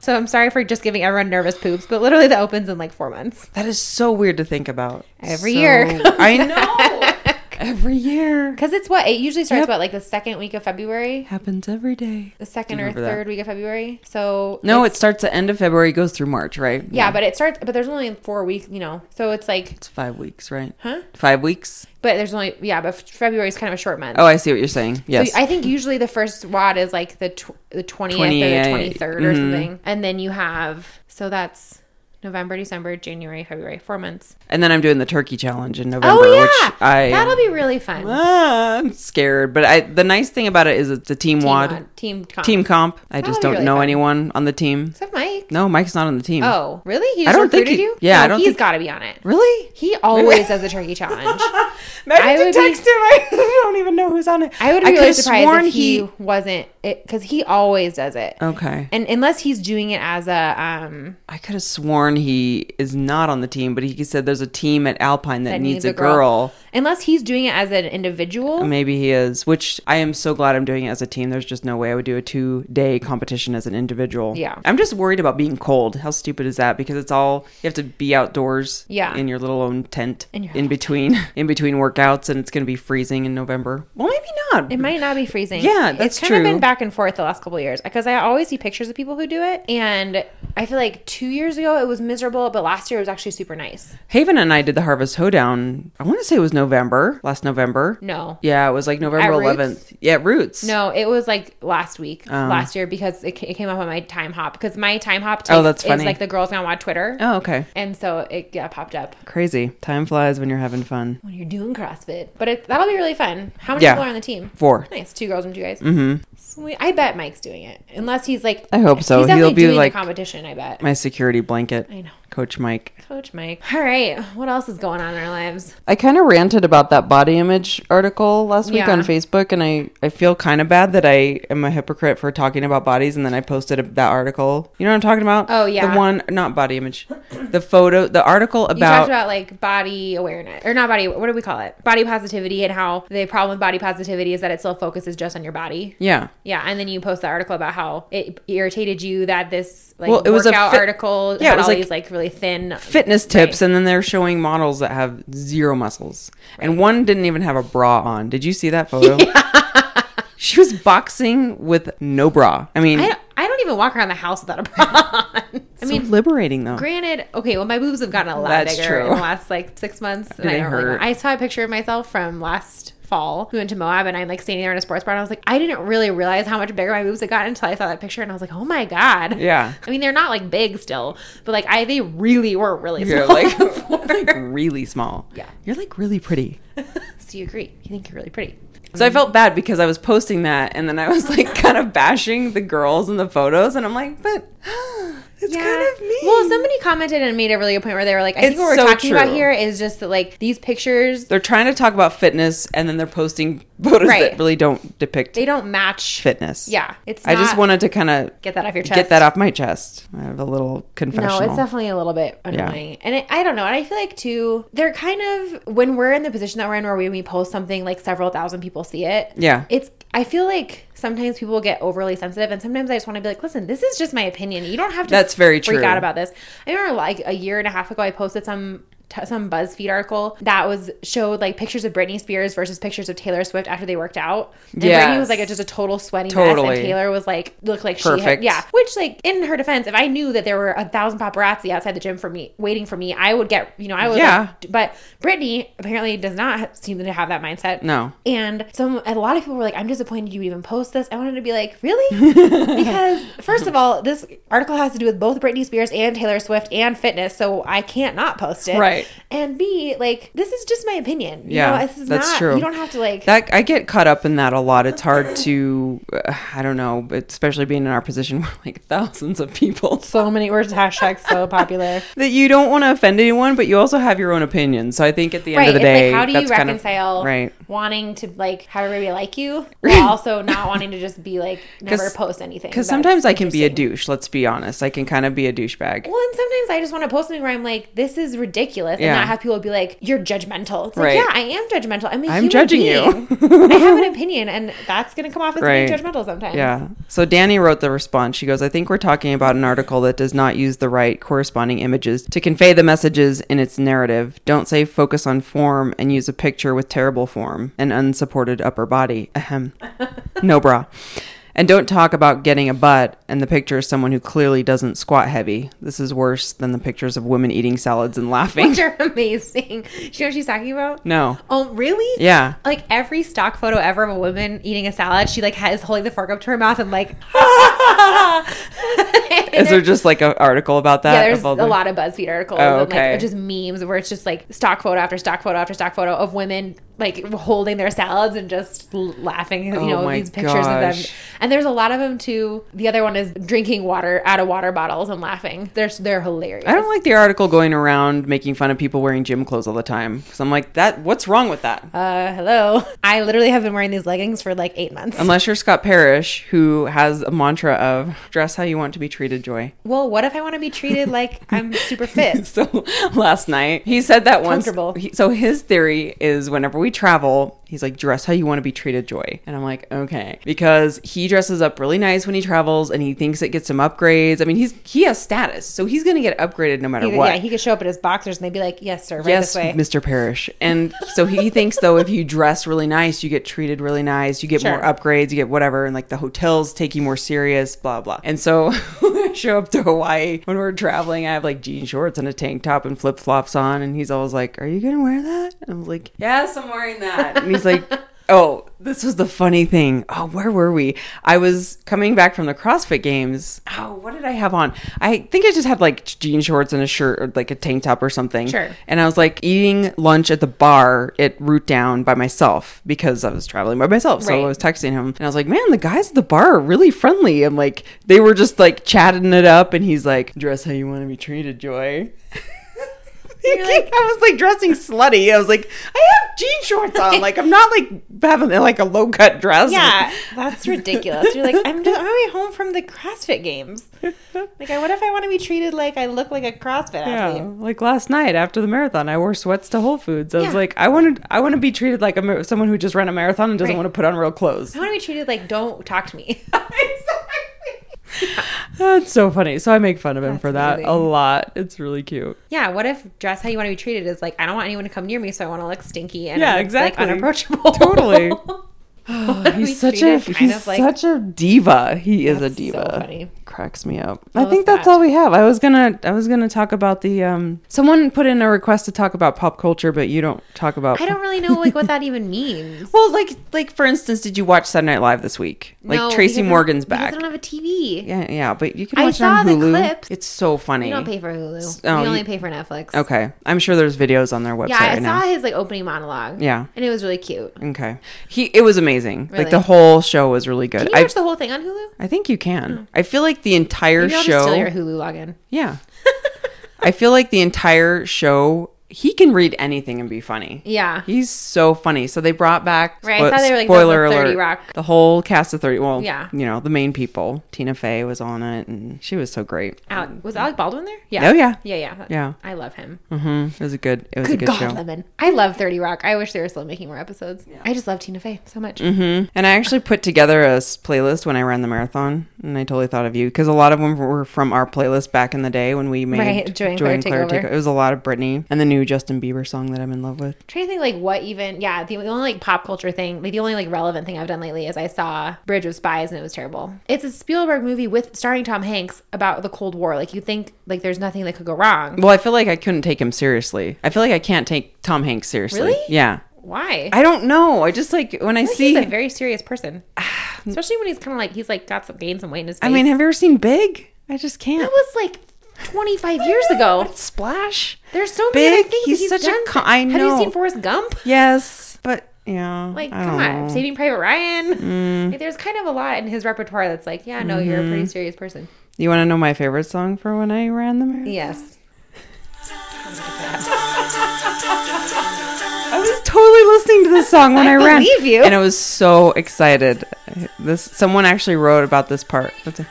B: so I'm sorry for just giving everyone nervous poops, but literally the open's in like four months.
A: That is so weird to think about.
B: Every
A: So-
B: year. [LAUGHS]
A: I know. Every year
B: Because it's what? It usually starts
A: Yep.
B: about like the second week of February,
A: happens every day.
B: the second
A: Do
B: or
A: you remember that?
B: third week of February. So
A: No, it starts the end of February, goes through March, right?
B: Yeah, but it starts, but there's only four weeks, you know. So it's like,
A: it's five weeks, right?
B: huh?
A: Five weeks.
B: But there's only, yeah, but February is kind of a short month.
A: Oh, I see what you're saying. Yes.
B: So I think usually the first wad is like the tw- the twentieth or
A: 20,
B: the
A: yeah,
B: twenty third or
A: mhm.
B: something, and then you have so that's November, December, January, February, four months.
A: and then I'm doing the turkey challenge in November,
B: oh
A: which
B: yeah,
A: I
B: that'll be really fun.
A: Ah, I'm scared, but I the nice thing about it is it's a team,
B: team
A: wad,
B: wad- team comp.
A: team comp. I just
B: be
A: don't
B: really
A: know
B: fun.
A: anyone on the team.
B: except Mike.
A: No, Mike's not on the team.
B: Oh really? He
A: I
B: just
A: don't think
B: recruited
A: he-
B: you?
A: yeah, I don't
B: he's
A: think-
B: got to be
A: [LAUGHS]
B: on it.
A: really?
B: He always does the
A: [LAUGHS]
B: turkey challenge. I
A: Imagine
B: would
A: you
B: be-
A: text him. [LAUGHS] I don't even know who's on it.
B: I would be really
A: could've
B: surprised if he, wasn't because he always does it.
A: Okay,
B: And unless he's doing it as a um
A: I could have sworn he is not on the team, but he said there's a team at Alpine that,
B: that
A: needs, a girl.
B: Unless he's doing it as an individual.
A: Maybe he is, which I am so glad I'm doing it as a team. There's just no way I would do a two day competition as an individual.
B: Yeah.
A: I'm just worried about being cold. How stupid is that? Because it's all, you have to be outdoors
B: Yeah.
A: in your little own tent
B: In your
A: in
B: little
A: between, [LAUGHS] in between workouts and it's going to be freezing in November. Well, maybe not.
B: it might not be freezing.
A: Yeah, that's
B: It's kind of
A: true.
B: been back back and forth the last couple of years because I always see pictures of people who do it, and I feel like two years ago it was miserable, but last year it was actually super nice.
A: Haven and I did the Harvest Hoedown. I want to say it was November, last November.
B: No,
A: Yeah, it was like November
B: At Roots?
A: 11th. Yeah, at Roots.
B: No, it was like last
A: Oh.
B: week, last year, because it, ca- it came up on my time hop. Because my time hop
A: Oh, that's
B: is
A: funny.
B: like the girls gone wild Twitter,
A: Oh, okay.
B: and so it yeah, popped up
A: Crazy. Time flies when you're having fun.
B: when you're doing CrossFit. But it, that'll be really fun. How many
A: Yeah.
B: people are on the team?
A: Four.
B: Nice, two girls and two guys. Mm-hmm. Sweet. I bet Mike's doing it, unless he's like.
A: I hope so.
B: He's
A: He'll
B: definitely
A: be
B: doing
A: like
B: the competition. I bet.
A: my security blanket.
B: I know.
A: Coach Mike.
B: Coach Mike. All right. What else is going on in our lives?
A: I kind of ranted about that body image article last week
B: Yeah.
A: on Facebook, and I, I feel kind of bad that I am a hypocrite for talking about bodies, and then I posted a, that article. You know what I'm talking about?
B: Oh, yeah.
A: the one not body image, the photo, the article
B: You
A: about,
B: talked about like body awareness, or not body. What do we call it? Body positivity, and how the problem with body positivity is that it still focuses just on your body.
A: yeah,
B: Yeah, and then you post the article about how it irritated you that this like
A: Well, it was a
B: workout
A: fit-
B: article
A: Yeah, it
B: had
A: was
B: all
A: like-
B: these like really thin.
A: fitness tips, and then they're showing models that have zero muscles, and one didn't even have a bra on. Did you see that
B: [LAUGHS]
A: photo? She was boxing with no bra. I mean,
B: I don't, I don't even walk around the house without a bra [LAUGHS] on. I
A: so
B: mean,
A: liberating though.
B: granted, okay, well my boobs have gotten a lot
A: That's
B: bigger in
A: true.
B: the last like six months, and I
A: they
B: don't really
A: hurt.
B: want- I saw a picture of myself from last fall. We went to Moab, and I'm like standing there in a sports bra, and I was like, I didn't really realize how much bigger my boobs had gotten until I saw that picture, and I was like, oh my god.
A: Yeah.
B: I mean, they're not like big still, but like I, they really were really small.
A: You're like, like [LAUGHS] really small.
B: Yeah.
A: You're like really pretty.
B: [LAUGHS] so you agree? You think you're really pretty?
A: So I felt bad because I was posting that and then I was
B: [LAUGHS]
A: like kind of bashing the girls in the photos and I'm like, but [GASPS] it's kind of me.
B: Well, somebody commented and made a really good point where they were like, I think
A: It's
B: what we're
A: so
B: talking about
A: true.
B: here is just that like these pictures
A: they're trying to talk about fitness and then they're posting photos
B: Right.
A: that really don't depict
B: they don't match.
A: fitness.
B: Yeah, it's.
A: I just
B: not-
A: wanted to kind of
B: get that off your chest.
A: get that off my chest. I have a little
B: No,
A: confessional.
B: it's definitely a little bit annoying, and it, I don't know. And I feel like too, they're kind of when we're in the position that we're in, where we, we post something like several thousand people see it.
A: Yeah.
B: it's. I feel like sometimes people get overly sensitive, and sometimes I just want to be like, listen, this is just my opinion. You don't have to.
A: That's very
B: freak
A: true.
B: out about this. I remember like a year and a half ago, I posted some. T- some BuzzFeed article that was showed like pictures of Britney Spears versus pictures of Taylor Swift after they worked out. And Britney
A: Yes.
B: was like a, just a total sweaty mess,
A: Totally.
B: and Taylor was like looked like she had,
A: Perfect.
B: yeah, which, like, in her defense, if I knew that there were a thousand paparazzi outside the gym for me, waiting for me, I would get, you know, I would.
A: Yeah.
B: like, d- but Brittany apparently does not ha- seem to have that mindset.
A: No.
B: And some, and a lot of people were like, I'm disappointed you even post this. I wanted to be like,
A: [LAUGHS]
B: really? because, first of all, this article has to do with both Britney Spears and Taylor Swift and fitness, so I can't not post it.
A: Right.
B: And B, like, this is just my opinion. You
A: Yeah,
B: know, this is
A: that's
B: not,
A: true.
B: You don't have to, like,
A: That I get caught up in that a lot. It's hard to, [SIGHS] uh, I don't know, but especially being in our position where like thousands of people
B: so many words, hashtags so popular.
A: that you don't want to offend anyone, but you also have your own opinion. So I think at the [LAUGHS] end of the
B: it's
A: day,
B: like how do you
A: that's kind of-
B: reconcile
A: right?
B: wanting to like have everybody like
A: [LAUGHS]
B: you while also not wanting to just be like never
A: 'Cause-
B: post anything?
A: Because
B: that's
A: sometimes I can be a
B: interesting.
A: douche. Let's be honest, I can kind of be a douchebag.
B: Well, and sometimes I just want to post something where I'm like, "This is ridiculous,"
A: Yeah.
B: and not have people be like, "You're judgmental." It's like,
A: Right.
B: yeah, I am judgmental. I'm a
A: I'm
B: human
A: judging
B: being.
A: you. [LAUGHS]
B: I have an opinion, and that's gonna come off as
A: Right.
B: being judgmental sometimes. [LAUGHS]
A: Yeah. So Danny wrote the response. She goes, I think we're talking about an article that does not use the right corresponding images to convey the messages in its narrative. Don't say focus on form and use a picture with terrible form and unsupported upper body.
B: [LAUGHS]
A: Ahem. no bra. And don't talk about getting a butt and the picture is someone who clearly doesn't squat heavy. This is worse than the pictures of women eating salads and laughing.
B: Which are amazing. [LAUGHS] Do you know what she's talking about?
A: No.
B: Oh, really?
A: Yeah.
B: Like every stock photo ever of a woman eating a salad, she like has holding the fork up to her mouth and like. [LAUGHS]
A: [LAUGHS] Is there just like an article about that?
B: yeah, there's
A: Of all
B: a
A: the-
B: lot of BuzzFeed articles
A: Oh,
B: and
A: okay.
B: like just memes where it's just like stock photo after stock photo after stock photo of women like holding their salads and just l- laughing. You
A: Oh
B: know
A: my
B: these pictures of them,
A: gosh.
B: and there's a lot of them too. The other one is drinking water out of water bottles and laughing. They're they're hilarious.
A: I don't like the article going around making fun of people wearing gym clothes all the time. Because I'm like, that. What's wrong with that?
B: Uh, [LAUGHS] hello. I literally have been wearing these leggings for like eight months.
A: Unless you're Scott Parrish, who has a mantra mantra of dress how you want to be treated, Joy. [LAUGHS]
B: Well, what if I want to be treated like I'm super fit?
A: So last night he said that once.
B: Comfortable.
A: He- so his theory is whenever we travel, he's like dress how you want to be treated, Joy. And I'm like okay because he dresses up really nice when he travels and he thinks it gets him upgrades. I mean he's he has status, so he's gonna get upgraded no matter [LAUGHS]
B: He-
A: what.
B: Yeah, he could show up at his boxers and they'd be like, "Yes, sir, right
A: yes,
B: this way."
A: Mr. Parrish. And so he thinks though if you dress really nice, you get treated really nice, you get
B: Sure.
A: more upgrades, you get whatever, and like the hotels take you more serious, blah blah. And so [LAUGHS] I show up to Hawaii when we're traveling, I have like jean shorts and a tank top and flip flops on, and he's always like, "Are you gonna wear that?" And I was like, "Yes, I'm wearing that." And he's
B: [LAUGHS]
A: like. Oh, this was the funny thing. Oh, where were we? I was coming back from the CrossFit Games. Oh, what did I have on? I think I just had like jean shorts and a shirt or like a tank top or something.
B: Sure.
A: And I was like eating lunch at the bar at Root Down by myself because I was traveling by myself. So
B: Right.
A: I was texting him and I was like, man, the guys at the bar are really friendly. And like, they were just like chatting it up. And he's like, dress how you want to be treated, Joy. [LAUGHS] I was like dressing slutty. I was like, I have jean shorts on. Like I'm not like having like a low cut dress.
B: Yeah, that's ridiculous. You're like,
A: [LAUGHS]
B: I'm just on my way home from the CrossFit games. Like, I- what if I want to be treated like I look like a CrossFit
A: Yeah,
B: athlete?
A: like last night after the marathon, I wore sweats to Whole Foods. I was
B: Yeah.
A: like, I wanted, I want to be treated like a, mar- someone who just ran a marathon and doesn't
B: Right.
A: want to put on real clothes.
B: I want to be treated like, don't talk to me. [LAUGHS]
A: That's so funny. So I make fun of him for that
B: That's
A: a
B: amazing.
A: lot. It's really cute.
B: yeah, what if dress how you want to be treated is like, I don't want anyone to come near me, so I want to look stinky and
A: Yeah,
B: like,
A: exactly.
B: unapproachable. [LAUGHS]
A: Totally.
B: [LAUGHS]
A: Oh,
B: We
A: he's such a
B: treat it kind
A: he's
B: of like-
A: such a diva. He is a
B: That's so
A: diva.
B: funny.
A: Cracks me up. I
B: What
A: think
B: was
A: that's
B: that?
A: all we have. I was gonna I was gonna talk about the um someone put in a request to talk about pop culture, but you don't talk about.
B: I don't really know like what that even means.
A: Well, like like for instance, did you watch Saturday Night Live this week? [LAUGHS] Like
B: No, because I
A: Tracy
B: don't-
A: Morgan's
B: because
A: back.
B: I don't have a TV.
A: Yeah, yeah, but you can
B: I
A: watch it on
B: saw the
A: Hulu.
B: clips.
A: It's so funny.
B: You don't pay for Hulu.
A: Oh,
B: you only
A: you- Oh,
B: pay for Netflix.
A: Okay, I'm sure there's videos on their website
B: Yeah, I
A: right now.
B: saw his like opening monologue.
A: Yeah.
B: and it was really cute.
A: Okay, he it was amazing. Like
B: Really?
A: the whole show was really good.
B: Can you
A: I
B: watch the whole thing on Hulu?
A: I think you can. I feel like the entire
B: Maybe I'll
A: show.
B: just steal your Hulu login. [LAUGHS]
A: Yeah. I feel like the entire show, he can read anything and be funny.
B: Yeah.
A: He's so funny. So they brought back
B: Right, I
A: spo-
B: thought they were, like, those were 30 Rock.
A: the whole cast of 30. Well,
B: Yeah.
A: you know, the main people. Tina Fey was on it and she was so great.
B: Alec, was Alec Baldwin there? Yeah.
A: Oh, yeah.
B: Yeah, yeah.
A: Yeah.
B: I love him.
A: hmm It was a good it was a
B: Good
A: good
B: God,
A: show.
B: Lemon. I love 30 Rock. I wish they were still making more episodes. I just love Tina Fey so much.
A: Mhm. And I actually put together a s- playlist when I ran the marathon, and I totally thought of you because a lot of them were from our playlist back in the day when we made
B: Right, Joy and Claire Takeover.
A: It was a lot of Britney and the new Justin Bieber song that I'm in love with.
B: trying to think, like, what even, yeah, the, the only, like, pop culture thing, like, the only, like, relevant thing I've done lately is I saw Bridge of Spies and it was terrible. It's a Spielberg movie with starring Tom Hanks about the Cold War. Like, you think, like, there's nothing that could go wrong.
A: Well, I feel like I couldn't take him seriously. I feel like I can't take Tom Hanks seriously.
B: Really?
A: Yeah.
B: Why?
A: I don't know. I just like when I see.
B: he's a very serious [SIGHS] person. Especially when he's kind of like, he's, like, got some, gained some weight in his face.
A: I mean, have you ever seen Big? I just
B: that
A: can't.
B: was, like, 25 years ago.
A: Splash.
B: There's so many other
A: Big.
B: things
A: He's,
B: he's,
A: such
B: done.
A: a. Con- I know.
B: Have you seen Forrest Gump?
A: yes, but yeah.
B: Like,
A: I
B: come
A: don't
B: on,
A: know.
B: Saving Private Ryan. Like, there's kind of a lot in his repertoire that's like, yeah, no, you're a pretty serious person.
A: You want to know my favorite song for when I ran the marathon?
B: Yes.
A: I was totally listening to this song when I,
B: I
A: ran.
B: believe you.
A: And I was so excited. This someone actually wrote about this part. That's it.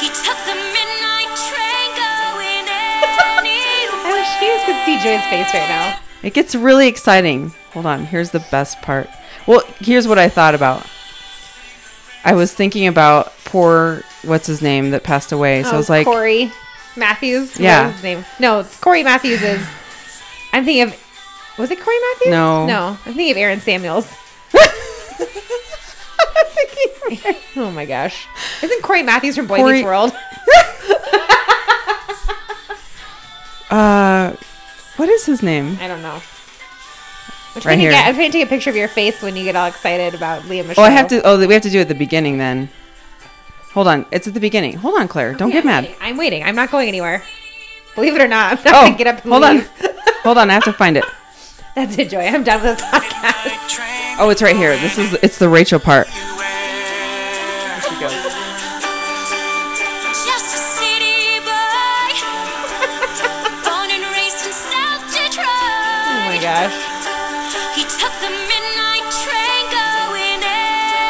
C: He took the midnight train going anywhere.
B: I wish you guys could see Joy's face right now.
A: It gets really exciting. Hold on, here's the best part. Well, here's what I thought about. I was thinking about poor what's his name that passed away. So I was like,
B: Oh, Corey Matthews. What
A: Yeah.
B: was his name? No, it's Corey Matthews is. I'm thinking of. Was it Corey Matthews?
A: No.
B: No, I'm thinking of
A: [LAUGHS]
B: Aaron Samuels. oh my gosh! Isn't Corey Matthews from Boy
A: Corey-
B: Meets World?
A: uh, what is his name?
B: I don't know. I'm
A: Right
B: trying,
A: here.
B: to get, I'm trying to take a picture of your face when you get all excited about Leah Michelle.
A: Oh, I have to. Oh, we have to do it at the beginning then. Hold on, it's at the beginning. Hold on, Claire. Don't get mad.
B: I'm waiting. I'm not going anywhere. Believe it or not, I'm not
A: Oh,
B: going to get up and
A: hold on,
B: leave. [LAUGHS]
A: hold on. I have to find it.
B: That's it, Joy. I'm done with this podcast.
A: Oh, it's right here. This is it's the Rachel part.
C: Just a city boy. Born and raised in South
B: Oh
C: Detroit.
B: my gosh.
C: He took the midnight train going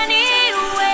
C: anywhere.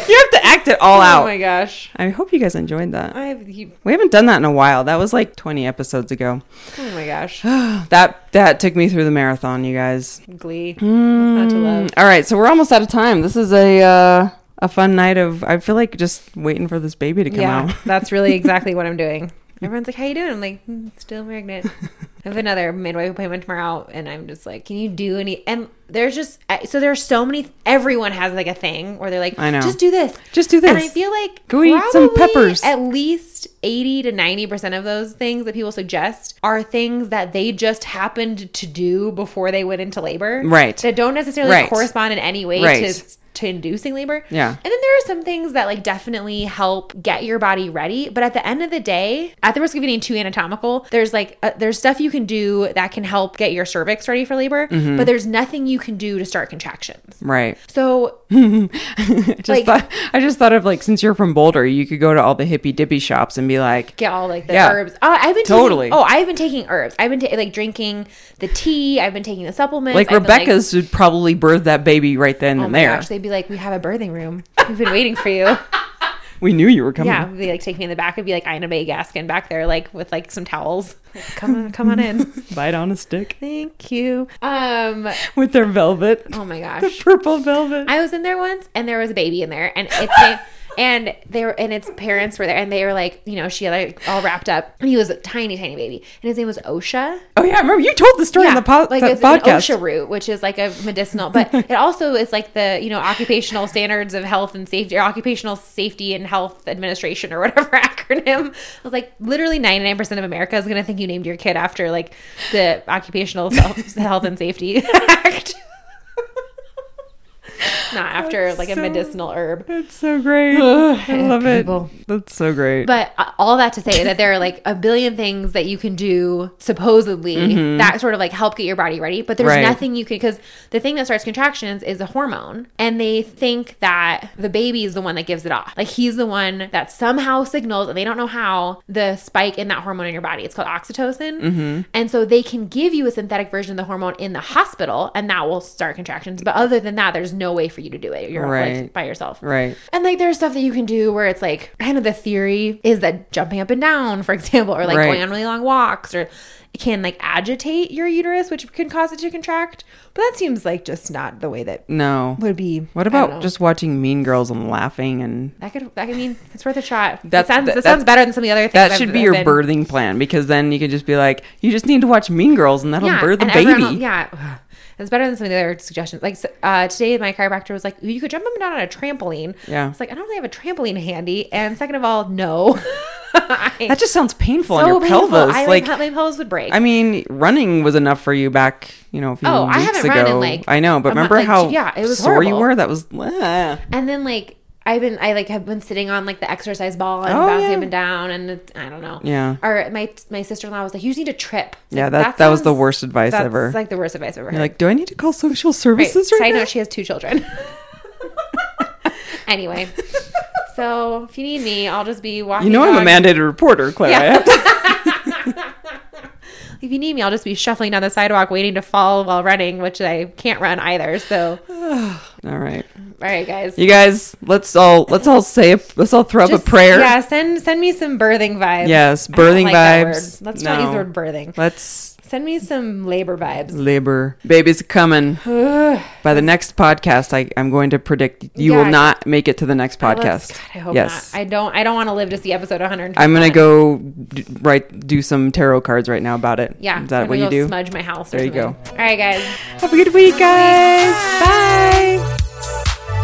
B: [LAUGHS]
A: you have to act it all
B: Oh my
A: out.
B: gosh.
A: I hope you guys enjoyed that.
B: I have, you,
A: We haven't done that in a while. That was like 20 episodes ago.
B: oh
A: [GASPS]
B: my gosh.
A: That that took me through the marathon, you guys.
B: Glee.
A: Mm,
B: Not to love.
A: All right, so we're almost out of time. This is a uh, a fun night of. I feel like just waiting for this baby to come
B: yeah,
A: out. [LAUGHS]
B: that's really exactly what I'm doing. Everyone's like, "How you doing?" I'm like, "Hmm, "Still
A: [LAUGHS]
B: pregnant." I have another midwife appointment tomorrow, and I'm just like, "Can you do any?" And there's just I- so there's so many. Everyone has like a thing where they're like,
A: I know.
B: just do this,
A: Just do this.
B: And I feel like
A: Go eat some
B: probably
A: peppers.
B: At least eighty to ninety percent of those things that people suggest are things that they just happened to do before they went into labor,
A: Right.
B: That don't necessarily
A: Right.
B: correspond in any way
A: Right.
B: to to inducing labor.
A: Yeah.
B: And then there are some things that like definitely help get your body ready. But at the end of the day, at the risk of getting too anatomical, there's like uh, there's stuff you can do that can help get your cervix ready for labor,
A: Mm-hmm.
B: but there's nothing you can do to start contractions.
A: right.
B: So
A: [LAUGHS] Just
B: Like-
A: thought, I just thought of like since you're from Boulder, you could go to all the hippy dippy shops and be like,
B: get all like the
A: Yeah.
B: herbs. Oh, I've been
A: Totally.
B: Taking, oh, I've been taking herbs. I've been ta- like drinking the tea. I've been taking the supplements.
A: like
B: I've been,
A: Rebecca's would probably birth that baby right then
B: Oh
A: and
B: my
A: there.
B: gosh, they'd be like, "We have a birthing room. We've been waiting for you." [LAUGHS]
A: we knew you were coming.
B: Yeah, they like take me in the back. It'd be like Ina May Gaskin back there, like with like some towels. Like, [LAUGHS] come on, come on in.
A: Bite on a stick
B: [LAUGHS]
A: [LAUGHS]
B: Thank you. Um.
A: with their velvet,
B: Oh my
A: the
B: gosh.
A: purple velvet.
B: I was in there once, and there was a baby in there, and it's na- [LAUGHS] and they were, and its parents were there, and they were like, you know, she had like all wrapped up, and he was a tiny, tiny baby, and his name was Osha.
A: oh yeah, I remember you told the story on the po-
B: like
A: the
B: it's an
A: podcast.
B: OSHA root, which is like a medicinal,
A: [LAUGHS]
B: but it also is like the you know occupational standards of health and safety, or occupational safety and health administration, or whatever [LAUGHS] acronym. I was like, literally ninety nine percent of America is going to think you named your kid after like the occupational self, health and safety [LAUGHS] act, not after
A: That's
B: like a
A: so-
B: medicinal herb.
A: That's so great. I
B: Ugh,
A: love it.
B: people.
A: That's so great.
B: But uh, all that to say that there are like a billion things that you can do supposedly that sort of like help get your body ready. But there's
A: Mm-hmm. Right.
B: nothing you can because the thing that starts contractions is a hormone, and they think that the baby is the one that gives it off. Like he's the one that somehow signals, and they don't know how the spike in that hormone in your body. It's called oxytocin,
A: Mm-hmm.
B: and so they can give you a synthetic version of the hormone in the hospital, and that will start contractions. But other than that, there's no way for you to do it. You're
A: Right.
B: like by yourself,
A: right.
B: and like there's stuff that you can do where it's like kind of the theory is that jumping up and down, for example, or like
A: Right.
B: going on really long walks or it can like agitate your uterus, which can cause it to contract. But that seems like just not the way that
A: No.
B: would be
A: What
B: I don't
A: about
B: know.
A: just watching Mean Girls and laughing and
B: that could that could mean it's worth a shot.
A: That's-
B: That sounds
A: that-
B: that sounds better than some of the other things.
A: that
B: I've-
A: should be
B: I've
A: your
B: been-
A: birthing plan because then you could just be like, you just need to watch Mean Girls and that'll birth a
B: and
A: baby.
B: everyone else- yeah. It's better than some of the other suggestions. Like so, uh, today, my chiropractor was like, "You could jump up and down on a trampoline."
A: Yeah.
B: it's like I don't really have a trampoline handy, and second of all, no. [LAUGHS] I-
A: That just sounds painful on
B: so
A: your
B: painful.
A: pelvis.
B: I,
A: like,
B: my, my pelvis would break.
A: I mean, running was enough for you back, you know, a few
B: Oh, I
A: weeks
B: haven't
A: ago.
B: run in, like,
A: I know, but
B: a month-
A: remember
B: like,
A: how
B: yeah, it was
A: sore you
B: horrible.
A: were? That was ah.
B: and then like I've been I like have been sitting on like the exercise ball and
A: Oh,
B: bouncing
A: yeah.
B: up and down and it's, I don't know.
A: Yeah.
B: Or my my sister in law was like, you just need to trip. It's
A: yeah.
B: like,
A: That that was the
B: sounds-
A: worst advice
B: That's
A: ever.
B: like the worst advice I've ever.
A: You're
B: heard.
A: like, do I need to call social
B: Right.
A: services right
B: Side
A: now?
B: note: She has
A: [LAUGHS]
B: two children. anyway, so if you need me, I'll just be walking.
A: You know, I'm a
B: dog-
A: mandated reporter, Claire. I
B: Yeah.
A: have to- [LAUGHS]
B: If you need me, I'll just be shuffling down the sidewalk, waiting to fall while running, which I can't run either. So, all
A: all right,
B: right, guys.
A: you guys, let's all let's all say a, let's all throw up
B: Just-
A: a prayer.
B: Yeah, send send me some birthing vibes.
A: Yes,
B: I don't
A: birthing vibes.
B: that word. Let's
A: No.
B: not use the word birthing.
A: Let's
B: Send me some labor vibes.
A: labor. Baby's
B: [SIGHS]
A: coming. By the next podcast, I, I'm going to predict you will
B: Yeah. Oh,
A: not make it to the next podcast.
B: Let's- God, I hope
A: yes.
B: not. I don't. I don't want to live to see episode 120.
A: I'm gonna go d- write do some tarot cards right now about it.
B: Yeah,
A: is
B: I'm
A: that what
B: gonna
A: you
B: go
A: do?
B: Smudge my house.
A: There you go.
B: All right, guys.
A: Have a good week, guys. Bye.